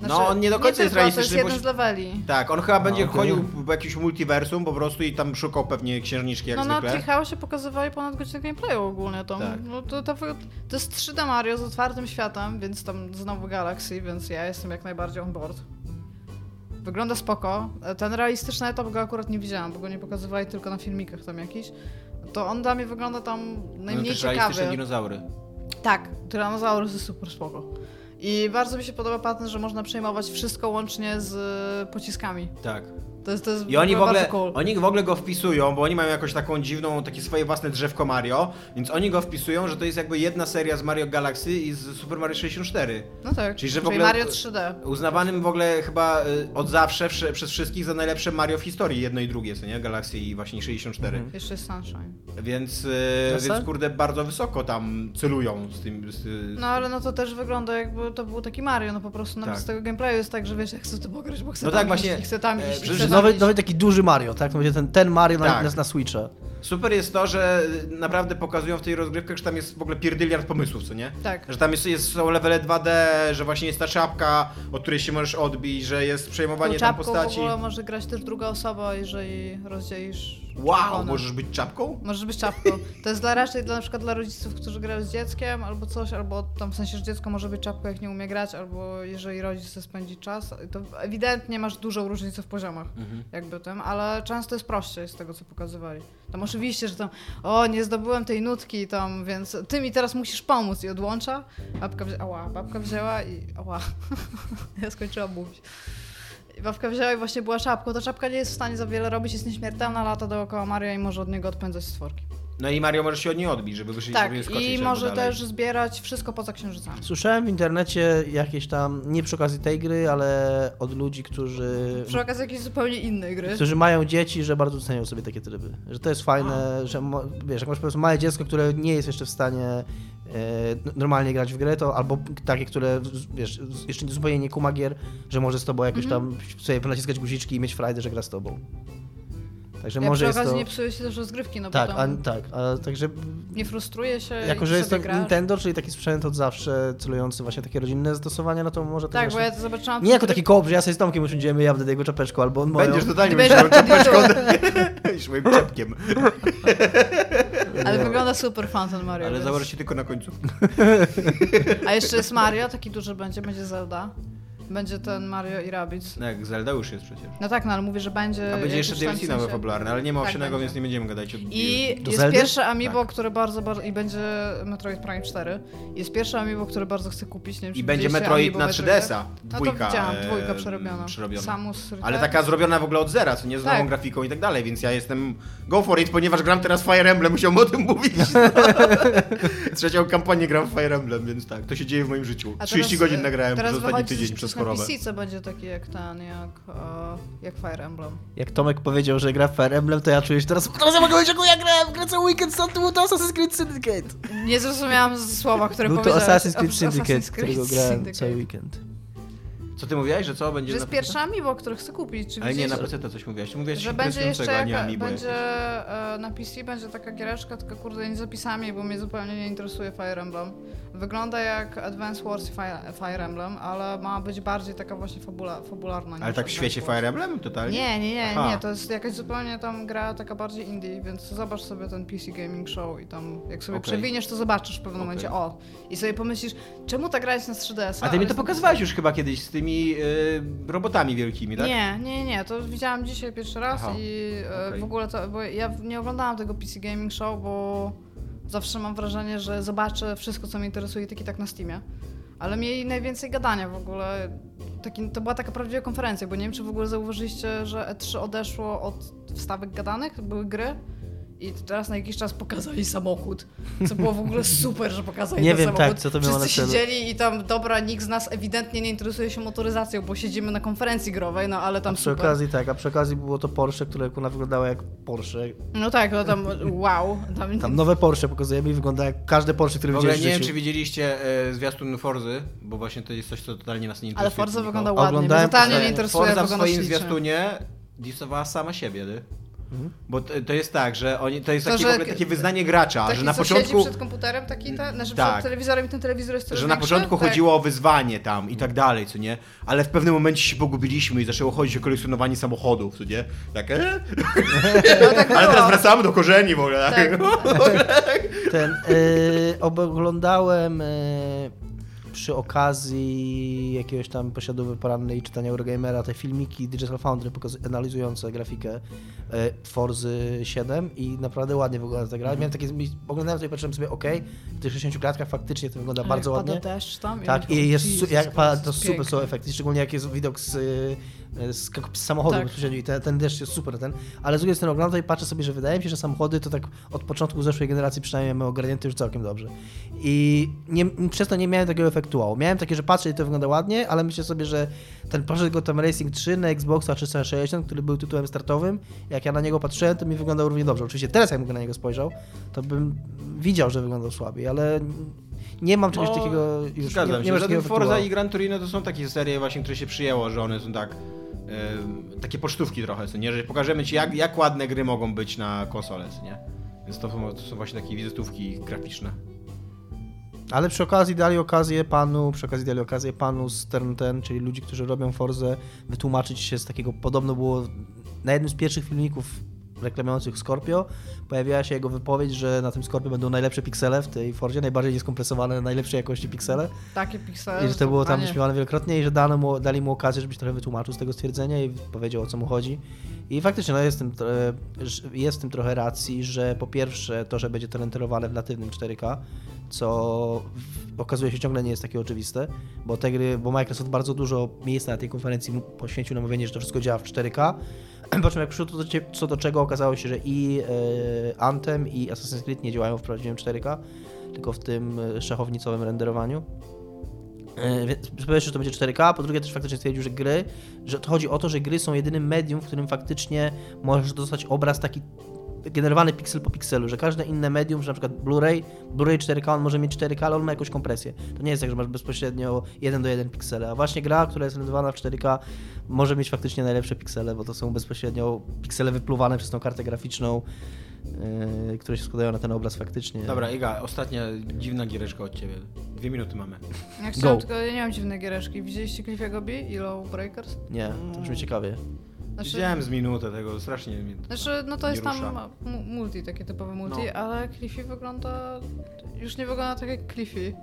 Speaker 3: No, on nie do końca jest
Speaker 4: znaczy, tylko, To jest
Speaker 3: realistyczny, bo
Speaker 4: jeden z leveli.
Speaker 3: Tak, on chyba
Speaker 2: No,
Speaker 3: będzie
Speaker 2: okej.
Speaker 3: chodził w jakimś multiversum po prostu i tam szukał pewnie księżniczki jak
Speaker 4: No na
Speaker 3: zwykle.
Speaker 4: Treehouse'ie pokazywali ponad godzinę gameplayu ogólnie tam.
Speaker 3: Tak.
Speaker 4: No, to, to, to jest 3D Mario z otwartym światem, więc tam znowu Galaxy, więc ja jestem jak najbardziej on board. Wygląda spoko. Ten realistyczny etap go akurat nie widziałam, bo go nie pokazywali tylko na filmikach tam jakiś. To on dla mnie wygląda tam
Speaker 3: No,
Speaker 4: najmniej
Speaker 3: też
Speaker 4: ciekawy.
Speaker 3: realistyczne dinozaury.
Speaker 4: Tak, Tyrannosaurus jest super spoko. I bardzo mi się podoba patent, że można przejmować wszystko łącznie z y, pociskami.
Speaker 3: Tak.
Speaker 4: To jest, to jest
Speaker 3: I oni w ogóle,
Speaker 4: bardzo cool.
Speaker 3: oni w ogóle go wpisują, bo oni mają jakąś taką dziwną, takie swoje własne drzewko Mario, więc oni go wpisują, że to jest jakby jedna seria z Mario Galaxy i z Super Mario 64.
Speaker 4: No tak,
Speaker 3: Czyli
Speaker 4: czyli,
Speaker 3: że w ogóle-
Speaker 4: Mario 3D.
Speaker 3: Uznawanym w ogóle chyba y, od zawsze wsze- przez wszystkich za najlepsze Mario w historii, jedno i drugie, co nie? Galaxy i właśnie 64.
Speaker 2: Mhm.
Speaker 4: Jeszcze jest Sunshine.
Speaker 3: Więc, y,
Speaker 2: Jasne?
Speaker 3: więc kurde, bardzo wysoko tam celują z tym. Z,
Speaker 4: No ale no to też wygląda jakby to był taki Mario, no po prostu nawet
Speaker 3: Tak.
Speaker 4: z tego gameplayu jest tak, że wiesz, jak chcę to pograć, bo chcę
Speaker 3: No
Speaker 4: tam
Speaker 3: tak,
Speaker 4: iść,
Speaker 3: właśnie.
Speaker 4: i chcę tam
Speaker 3: E,
Speaker 4: iść, i
Speaker 3: przecież
Speaker 4: chcę tam
Speaker 2: Nowy,
Speaker 4: iść.
Speaker 2: nowy taki duży Mario, tak? To będzie ten, ten Mario na,
Speaker 3: Tak.
Speaker 2: na, na Switcha.
Speaker 3: Super jest to, że y, naprawdę pokazują w tej rozgrywkach, że tam jest w ogóle pierdyliard pomysłów, co nie?
Speaker 4: Tak.
Speaker 3: Że tam jest, jest, są levele 2D, że właśnie jest ta czapka, od której się możesz odbić, że jest przejmowanie
Speaker 4: Tą
Speaker 3: tam
Speaker 4: czapką w
Speaker 3: postaci.
Speaker 4: ogóle może grać też druga osoba, jeżeli rozdzielisz
Speaker 3: Wow,
Speaker 4: czerwoną.
Speaker 3: możesz być czapką?
Speaker 4: Możesz być czapką. To jest dla raczej dla, na przykład dla rodziców, którzy grają z dzieckiem albo coś, albo tam w sensie, że dziecko może być czapką, jak nie umie grać, albo jeżeli rodzic chce spędzić czas, to ewidentnie masz dużą różnicę w poziomach jakby tym, ale często jest prościej z tego, co pokazywali. Tam oczywiście, że tam o, nie zdobyłem tej nutki tam, więc ty mi teraz musisz pomóc i odłącza. Babka wzięła, ała, babka wzięła i ała. ja skończyłam mówić. I Babka wzięła i właśnie była czapką. Ta czapka nie jest w stanie za wiele robić, jest nieśmiertelna, lata dookoła Maria i może od niego odpędzać stworki.
Speaker 3: No i Mario może się od niej odbić, żeby wyszli
Speaker 4: Tak,
Speaker 3: sobie skoczyć
Speaker 4: i
Speaker 3: albo
Speaker 4: może
Speaker 3: dalej.
Speaker 4: też zbierać wszystko poza księżycami.
Speaker 2: Słyszałem w internecie jakieś tam, nie przy okazji tej gry, ale od ludzi, którzy,
Speaker 4: Przy okazji jakiejś zupełnie innej gry.
Speaker 2: którzy mają dzieci, że bardzo doceniają sobie takie tryby. Że to jest fajne, że mo- wiesz, jak masz po prostu małe dziecko, które nie jest jeszcze w stanie e, n- normalnie grać w grę, to albo takie, które w- wiesz, z- jeszcze zupełnie nie kuma gier, że może z tobą jakoś tam
Speaker 4: Mhm.
Speaker 2: sobie naciskać guziczki i mieć frajdę, że gra z tobą. Także
Speaker 4: Ja
Speaker 2: może
Speaker 4: przy
Speaker 2: jest
Speaker 4: okazji
Speaker 2: to...
Speaker 4: nie psuje się też rozgrywki, no
Speaker 2: tak,
Speaker 4: bo
Speaker 2: a,
Speaker 4: tam
Speaker 2: tak, a, także
Speaker 4: nie frustruje się
Speaker 2: jako,
Speaker 4: i
Speaker 2: że jest to
Speaker 4: sobie grasz.
Speaker 2: Nintendo, czyli taki sprzęt od zawsze celujący właśnie takie rodzinne zastosowania, no to może to
Speaker 4: Tak, bo
Speaker 2: właśnie-
Speaker 4: ja to zobaczyłam...
Speaker 2: Nie jako
Speaker 4: który-
Speaker 2: taki koop, że ja sobie z Tomkiem usiądziemy, ja będę jego czapeczką, albo on moją.
Speaker 3: Będziesz totalnie
Speaker 4: Będziesz
Speaker 3: myślał,
Speaker 4: robił
Speaker 3: będziesz moim czepkiem.
Speaker 4: Ale wygląda super fan ten Mario.
Speaker 3: Ale
Speaker 4: więc-
Speaker 3: założę się tylko na końcu.
Speaker 4: A jeszcze jest Mario, taki duży będzie, będzie Zelda. Będzie ten Mario i Rabbids.
Speaker 3: No jak Zelda już jest przecież.
Speaker 4: No tak, no ale mówię, że będzie...
Speaker 3: A będzie jeszcze
Speaker 4: jakiś tam
Speaker 3: DLC
Speaker 4: w sensie-
Speaker 3: nowe fabularne, ale nie ma
Speaker 4: Tak,
Speaker 3: owsianego,
Speaker 4: będzie.
Speaker 3: więc nie będziemy gadać o
Speaker 4: I
Speaker 2: Do
Speaker 4: jest
Speaker 2: Zeldy?
Speaker 4: pierwsze amiibo,
Speaker 3: Tak.
Speaker 4: które bardzo, bardzo... I będzie Metroid Prime 4. Jest pierwsze amiibo, które bardzo chcę kupić. Nie wiem, czy
Speaker 3: I będzie
Speaker 4: widzieliście
Speaker 3: Metroid
Speaker 4: amiibo
Speaker 3: na
Speaker 4: Metroida?
Speaker 3: 3DS-a.
Speaker 4: No
Speaker 3: Dwójka.
Speaker 4: to widziałam,
Speaker 3: e,
Speaker 4: dwójka przerobiona.
Speaker 3: przerobiona.
Speaker 4: Samus
Speaker 3: Ale
Speaker 4: Returns.
Speaker 3: taka zrobiona w ogóle od zera, co nie z nową
Speaker 4: Tak.
Speaker 3: grafiką i tak dalej, więc ja jestem go for it, ponieważ gram teraz w Fire Emblem, musiałem o tym mówić. Trzecią kampanię gram w Fire Emblem, więc tak, to się dzieje w moim życiu.
Speaker 4: A
Speaker 3: 30
Speaker 4: teraz,
Speaker 3: godzin
Speaker 4: e,
Speaker 3: nagrałem
Speaker 4: teraz
Speaker 3: przez ostatni
Speaker 4: wychodzi
Speaker 3: tydzień
Speaker 4: coś
Speaker 3: przez
Speaker 4: na
Speaker 3: chorobę.
Speaker 4: PC, co będzie taki jak ten, jak, e, jak Fire Emblem.
Speaker 2: Jak Tomek powiedział, że gra w Fire Emblem, to ja czuję się teraz... Kto mogę jak No, ja grałem? Grę cały weekend stąd do Assassin's Creed Syndicate.
Speaker 4: Nie zrozumiałam z słowa, które
Speaker 2: Był no to
Speaker 4: powiedziałeś.
Speaker 2: Assassin's Creed
Speaker 4: Oprócz
Speaker 2: Syndicate,
Speaker 4: Assassin's Creed
Speaker 2: którego grałem
Speaker 4: Syndicate.
Speaker 2: cały weekend.
Speaker 3: Co ty mówiłaś, że co będzie
Speaker 4: Że
Speaker 3: na
Speaker 4: jest
Speaker 3: PC?
Speaker 4: pierwsze amiibo, które chcę kupić, czy
Speaker 3: Ale nie,
Speaker 4: widzisz?
Speaker 3: na PC to coś mówiłaś. Ty Mówiłaś
Speaker 4: Że
Speaker 3: coś
Speaker 4: będzie jeszcze
Speaker 3: interesującego, a nie
Speaker 4: jaka,
Speaker 3: amiibo
Speaker 4: będzie
Speaker 3: jakieś.
Speaker 4: e, na PC będzie taka giereczka, tylko kurde nie zapisałam jej, bo mnie zupełnie nie interesuje Fire Emblem. Wygląda jak Advance Wars i Fire, Fire Emblem, ale ma być bardziej taka właśnie fabula, fabularna.
Speaker 3: Ale
Speaker 4: niż
Speaker 3: tak w
Speaker 4: Advance
Speaker 3: świecie
Speaker 4: Wars.
Speaker 3: Fire Emblem totalnie?
Speaker 4: Nie, nie, nie,
Speaker 3: Aha.
Speaker 4: nie, to jest jakaś zupełnie tam gra taka bardziej indie, więc zobacz sobie ten PC Gaming Show i tam jak sobie
Speaker 3: Okej.
Speaker 4: przewiniesz, to zobaczysz w pewnym
Speaker 3: Okej.
Speaker 4: momencie, o, i sobie pomyślisz, czemu ta gra jest na 3DS?
Speaker 3: A ty mi to pokazywałeś już chyba kiedyś z tymi y, robotami wielkimi, tak?
Speaker 4: Nie, nie, nie, to widziałam dzisiaj pierwszy raz
Speaker 3: Aha,
Speaker 4: i e,
Speaker 3: okej.
Speaker 4: w ogóle to, bo ja nie oglądałam tego PC Gaming Show, bo zawsze mam wrażenie, że zobaczę wszystko, co mnie interesuje, tak i tak na Steamie. Ale mieli najwięcej gadania w ogóle. Taki, to była taka prawdziwa konferencja, bo nie wiem, czy w ogóle zauważyliście, że E3 odeszło od wstawek gadanych, były gry. I teraz na jakiś czas pokazali samochód, co było w ogóle super, że pokazali
Speaker 2: Nie
Speaker 4: ten
Speaker 2: wiem,
Speaker 4: samochód.
Speaker 2: tak, co to miało
Speaker 4: Wszyscy
Speaker 2: na celu.
Speaker 4: siedzieli i tam, dobra, nikt z nas ewidentnie nie interesuje się motoryzacją, bo siedzimy na konferencji growej, no ale tam
Speaker 2: Przy
Speaker 4: super.
Speaker 2: okazji tak, a przy okazji było to Porsche, które kurna wyglądało jak Porsche.
Speaker 4: No tak, no tam wow. Tam,
Speaker 2: Tam nowe Porsche pokazujemy i wygląda jak każde Porsche, które
Speaker 3: W ogóle
Speaker 2: widziałeś w
Speaker 3: nie wiem,
Speaker 2: życiu.
Speaker 3: czy widzieliście e, zwiastun Forzy, bo właśnie to jest coś, co totalnie nas nie
Speaker 4: ale
Speaker 3: interesuje.
Speaker 4: Forza
Speaker 3: nikogo.
Speaker 4: wygląda ładnie, mnie
Speaker 2: Oglądałem
Speaker 4: totalnie nie
Speaker 2: Forza-
Speaker 4: interesuje, jak
Speaker 3: Forza w
Speaker 4: wygląda
Speaker 3: swoim
Speaker 4: ślicznie.
Speaker 3: zwiastunie disowała sama siebie, nie?
Speaker 2: Mhm.
Speaker 3: Bo to, to jest tak, że oni, to jest
Speaker 4: To,
Speaker 3: takie,
Speaker 4: że
Speaker 3: w ogóle
Speaker 4: k-
Speaker 3: takie wyznanie gracza,
Speaker 4: Taki,
Speaker 3: że na
Speaker 4: co
Speaker 3: początku...
Speaker 4: siedzi przed komputerem, taki,
Speaker 2: Mm,
Speaker 4: ta, znaczy
Speaker 3: Tak.
Speaker 4: przed telewizorem i ten telewizor jest coraz
Speaker 3: Że na
Speaker 4: większy?
Speaker 3: początku
Speaker 4: Tak.
Speaker 3: chodziło o wyzwanie tam i tak
Speaker 2: Mhm.
Speaker 3: dalej, co nie? Ale w pewnym momencie się pogubiliśmy i zaczęło chodzić o kolekcjonowanie samochodów, co nie? Tak, e?
Speaker 4: No, tak
Speaker 3: Ale teraz
Speaker 4: było.
Speaker 3: wracamy do korzeni w ogóle. Tak.
Speaker 4: Tak.
Speaker 2: Ten, y, oglądałem y, przy okazji jakiegoś tam posiadłowy porannej czytania Eurogamera te filmiki Digital Foundry pokaz- analizujące grafikę y, Forzy 7 i naprawdę ładnie wygląda ta gra. Miałem takie, oglądałem to i patrzyłem sobie, okej, w tych 60 klatkach faktycznie to wygląda
Speaker 4: Ale
Speaker 2: bardzo
Speaker 4: jak
Speaker 2: ładnie.
Speaker 4: Pada deszcz tam.
Speaker 2: Tak,
Speaker 4: mówię,
Speaker 2: i jest, su-
Speaker 4: Jezus,
Speaker 2: jak,
Speaker 4: Jezus,
Speaker 2: pa,
Speaker 4: to
Speaker 2: to
Speaker 4: jest
Speaker 2: super
Speaker 4: piękne.
Speaker 2: są efekty, szczególnie jak jest widok z, y, z, k- z samochodu
Speaker 4: Tak.
Speaker 2: bezpośrednio i ten, ten deszcz jest super ten, ale z drugiej strony oglądam to i patrzę sobie, że wydaje mi się, że samochody to tak od początku zeszłej generacji przynajmniej mamy ogarnięte już całkiem dobrze i nie, przez to nie miałem takiego efektu wow. Miałem takie, że patrzę i to wygląda ładnie, ale myślę sobie, że ten poszedł go tam Racing 3 na Xboxa 360, który był tytułem startowym, jak ja na niego patrzyłem, to mi wyglądał równie dobrze. Oczywiście teraz jakbym na niego spojrzał, to bym widział, że wyglądał słabiej, ale nie mam czegoś
Speaker 3: No,
Speaker 2: takiego już.
Speaker 3: Zgadzam
Speaker 2: nie,
Speaker 3: się.
Speaker 2: nie masz
Speaker 3: Zatem
Speaker 2: takiego
Speaker 3: Forza
Speaker 2: efektu,
Speaker 3: i Gran Turino to są takie serie właśnie, które się przyjęło, że one są tak em, takie pocztówki trochę, co nie? Że pokażemy ci jak, jak ładne gry mogą być na konsolę, co nie? Więc to, są- to są właśnie takie wizytówki graficzne.
Speaker 2: Ale przy okazji dali okazję panu, przy okazji dali okazję panu z Turn 10, czyli ludzi, którzy robią Forzę, wytłumaczyć się z takiego, podobno było na jednym z pierwszych filmików reklamujących Scorpio, pojawiła się jego wypowiedź, że na tym Scorpio będą najlepsze piksele w tej Forzie, najbardziej nieskompresowane, najlepszej jakości piksele
Speaker 4: Takie piksele.
Speaker 2: i że to było tam
Speaker 4: panie.
Speaker 2: wyśmiewane wielokrotnie i że dano mu, dali mu okazję, żebyś trochę wytłumaczył z tego stwierdzenia i powiedział o co mu chodzi. I faktycznie no, jest, w tym, tro- ż- jest w tym trochę racji, że po pierwsze to, że będzie to renderowane w natywnym 4K, co w- okazuje się ciągle nie jest takie oczywiste, bo te gry, bo Microsoft bardzo dużo miejsca na tej konferencji mu- poświęcił na mówienie, że to wszystko działa w 4K, Po czym jak przyszło to do cie- co do czego, okazało się, że i e, Anthem i Assassin's Creed nie działają w prawdziwym 4K, tylko w tym e, szachownicowym renderowaniu. E, Więc po pierwsze, że to będzie 4K, po drugie też faktycznie stwierdził, że gry, że to chodzi o to, że gry są jedynym medium, w którym faktycznie możesz dostać obraz taki generowany piksel po pikselu, że każde inne medium, że na przykład Blu-ray, Blu-ray 4K, on może mieć 4K, ale on ma jakąś kompresję. To nie jest tak, że masz bezpośrednio 1 do 1 piksele, a właśnie gra, która jest renderowana w 4K, może mieć faktycznie najlepsze piksele, bo to są bezpośrednio piksele wypluwane przez tą kartę graficzną, yy, które się składają na ten obraz faktycznie.
Speaker 3: Dobra, Iga, ostatnia dziwna giereczka od ciebie. Dwie minuty mamy.
Speaker 4: Ja chciałam,
Speaker 2: Go.
Speaker 4: tylko ja nie mam dziwnej giereszki. Widzieliście Cliffego B i Low Breakers?
Speaker 2: Nie, to brzmi ciekawie.
Speaker 4: Znaczy,
Speaker 3: Widziałem z minutę tego, strasznie mi...
Speaker 4: znaczy no to jest
Speaker 3: Nie
Speaker 4: tam
Speaker 3: rusza.
Speaker 4: mu- multi, takie typowe multi,
Speaker 3: No.
Speaker 4: ale Cliffy wygląda... Już nie wygląda tak jak Cliffy.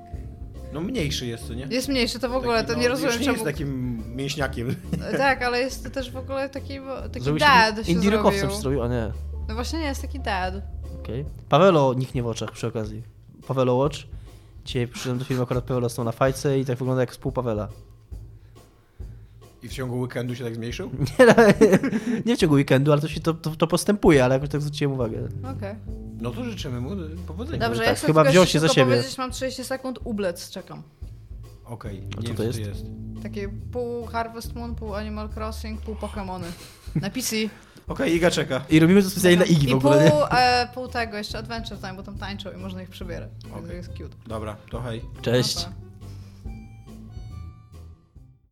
Speaker 3: No mniejszy jest, co nie?
Speaker 4: Jest mniejszy, to w ogóle,
Speaker 3: Taki,
Speaker 4: to
Speaker 3: no,
Speaker 4: nie rozumiem
Speaker 3: już nie
Speaker 4: czemu...
Speaker 3: jest takim mięśniakiem.
Speaker 4: Tak, ale jest też w ogóle taki, taki
Speaker 2: Zrobił
Speaker 4: dad Tak się
Speaker 2: indie rockowcem
Speaker 4: zrobił.
Speaker 2: się zrobił, a nie.
Speaker 4: No właśnie nie, jest taki dad.
Speaker 2: Okej. Pawelo nikt nie w oczach przy okazji. Pawelo Watch. Dzisiaj przyszedłem do filmu, akurat Pawelo stał na fajce i tak wygląda jak spół Pawela.
Speaker 3: I w ciągu weekendu się tak zmniejszył?
Speaker 2: Nie, no, nie w ciągu weekendu, ale to się to, to, to postępuje, ale jakoś tak zwróciłem uwagę.
Speaker 4: Okej.
Speaker 3: No to życzymy mu y, powodzenia.
Speaker 4: Dobrze,
Speaker 2: tak,
Speaker 4: ja chcę
Speaker 2: chyba
Speaker 4: tylko
Speaker 2: wziął się za
Speaker 4: szybko
Speaker 2: siebie.
Speaker 4: powiedzieć, mam 30 sekund, ublec, czekam.
Speaker 3: Okej, nie
Speaker 2: co
Speaker 3: wiem,
Speaker 2: to
Speaker 3: co to
Speaker 2: jest?
Speaker 3: jest.
Speaker 4: Takie pół Harvest Moon, pół Animal Crossing, pół Pokémony. Na PC.
Speaker 3: Okej, Iga czeka.
Speaker 2: I robimy to specjalnie dla Igi
Speaker 4: I
Speaker 2: w
Speaker 4: pół,
Speaker 2: ogóle, nie?
Speaker 4: e, pół tego, jeszcze Adventure Time, bo tam tańczą i można ich przybierać. Okay.
Speaker 3: Okej.
Speaker 4: jest cute.
Speaker 3: Dobra, to hej.
Speaker 2: Cześć.
Speaker 4: No pa.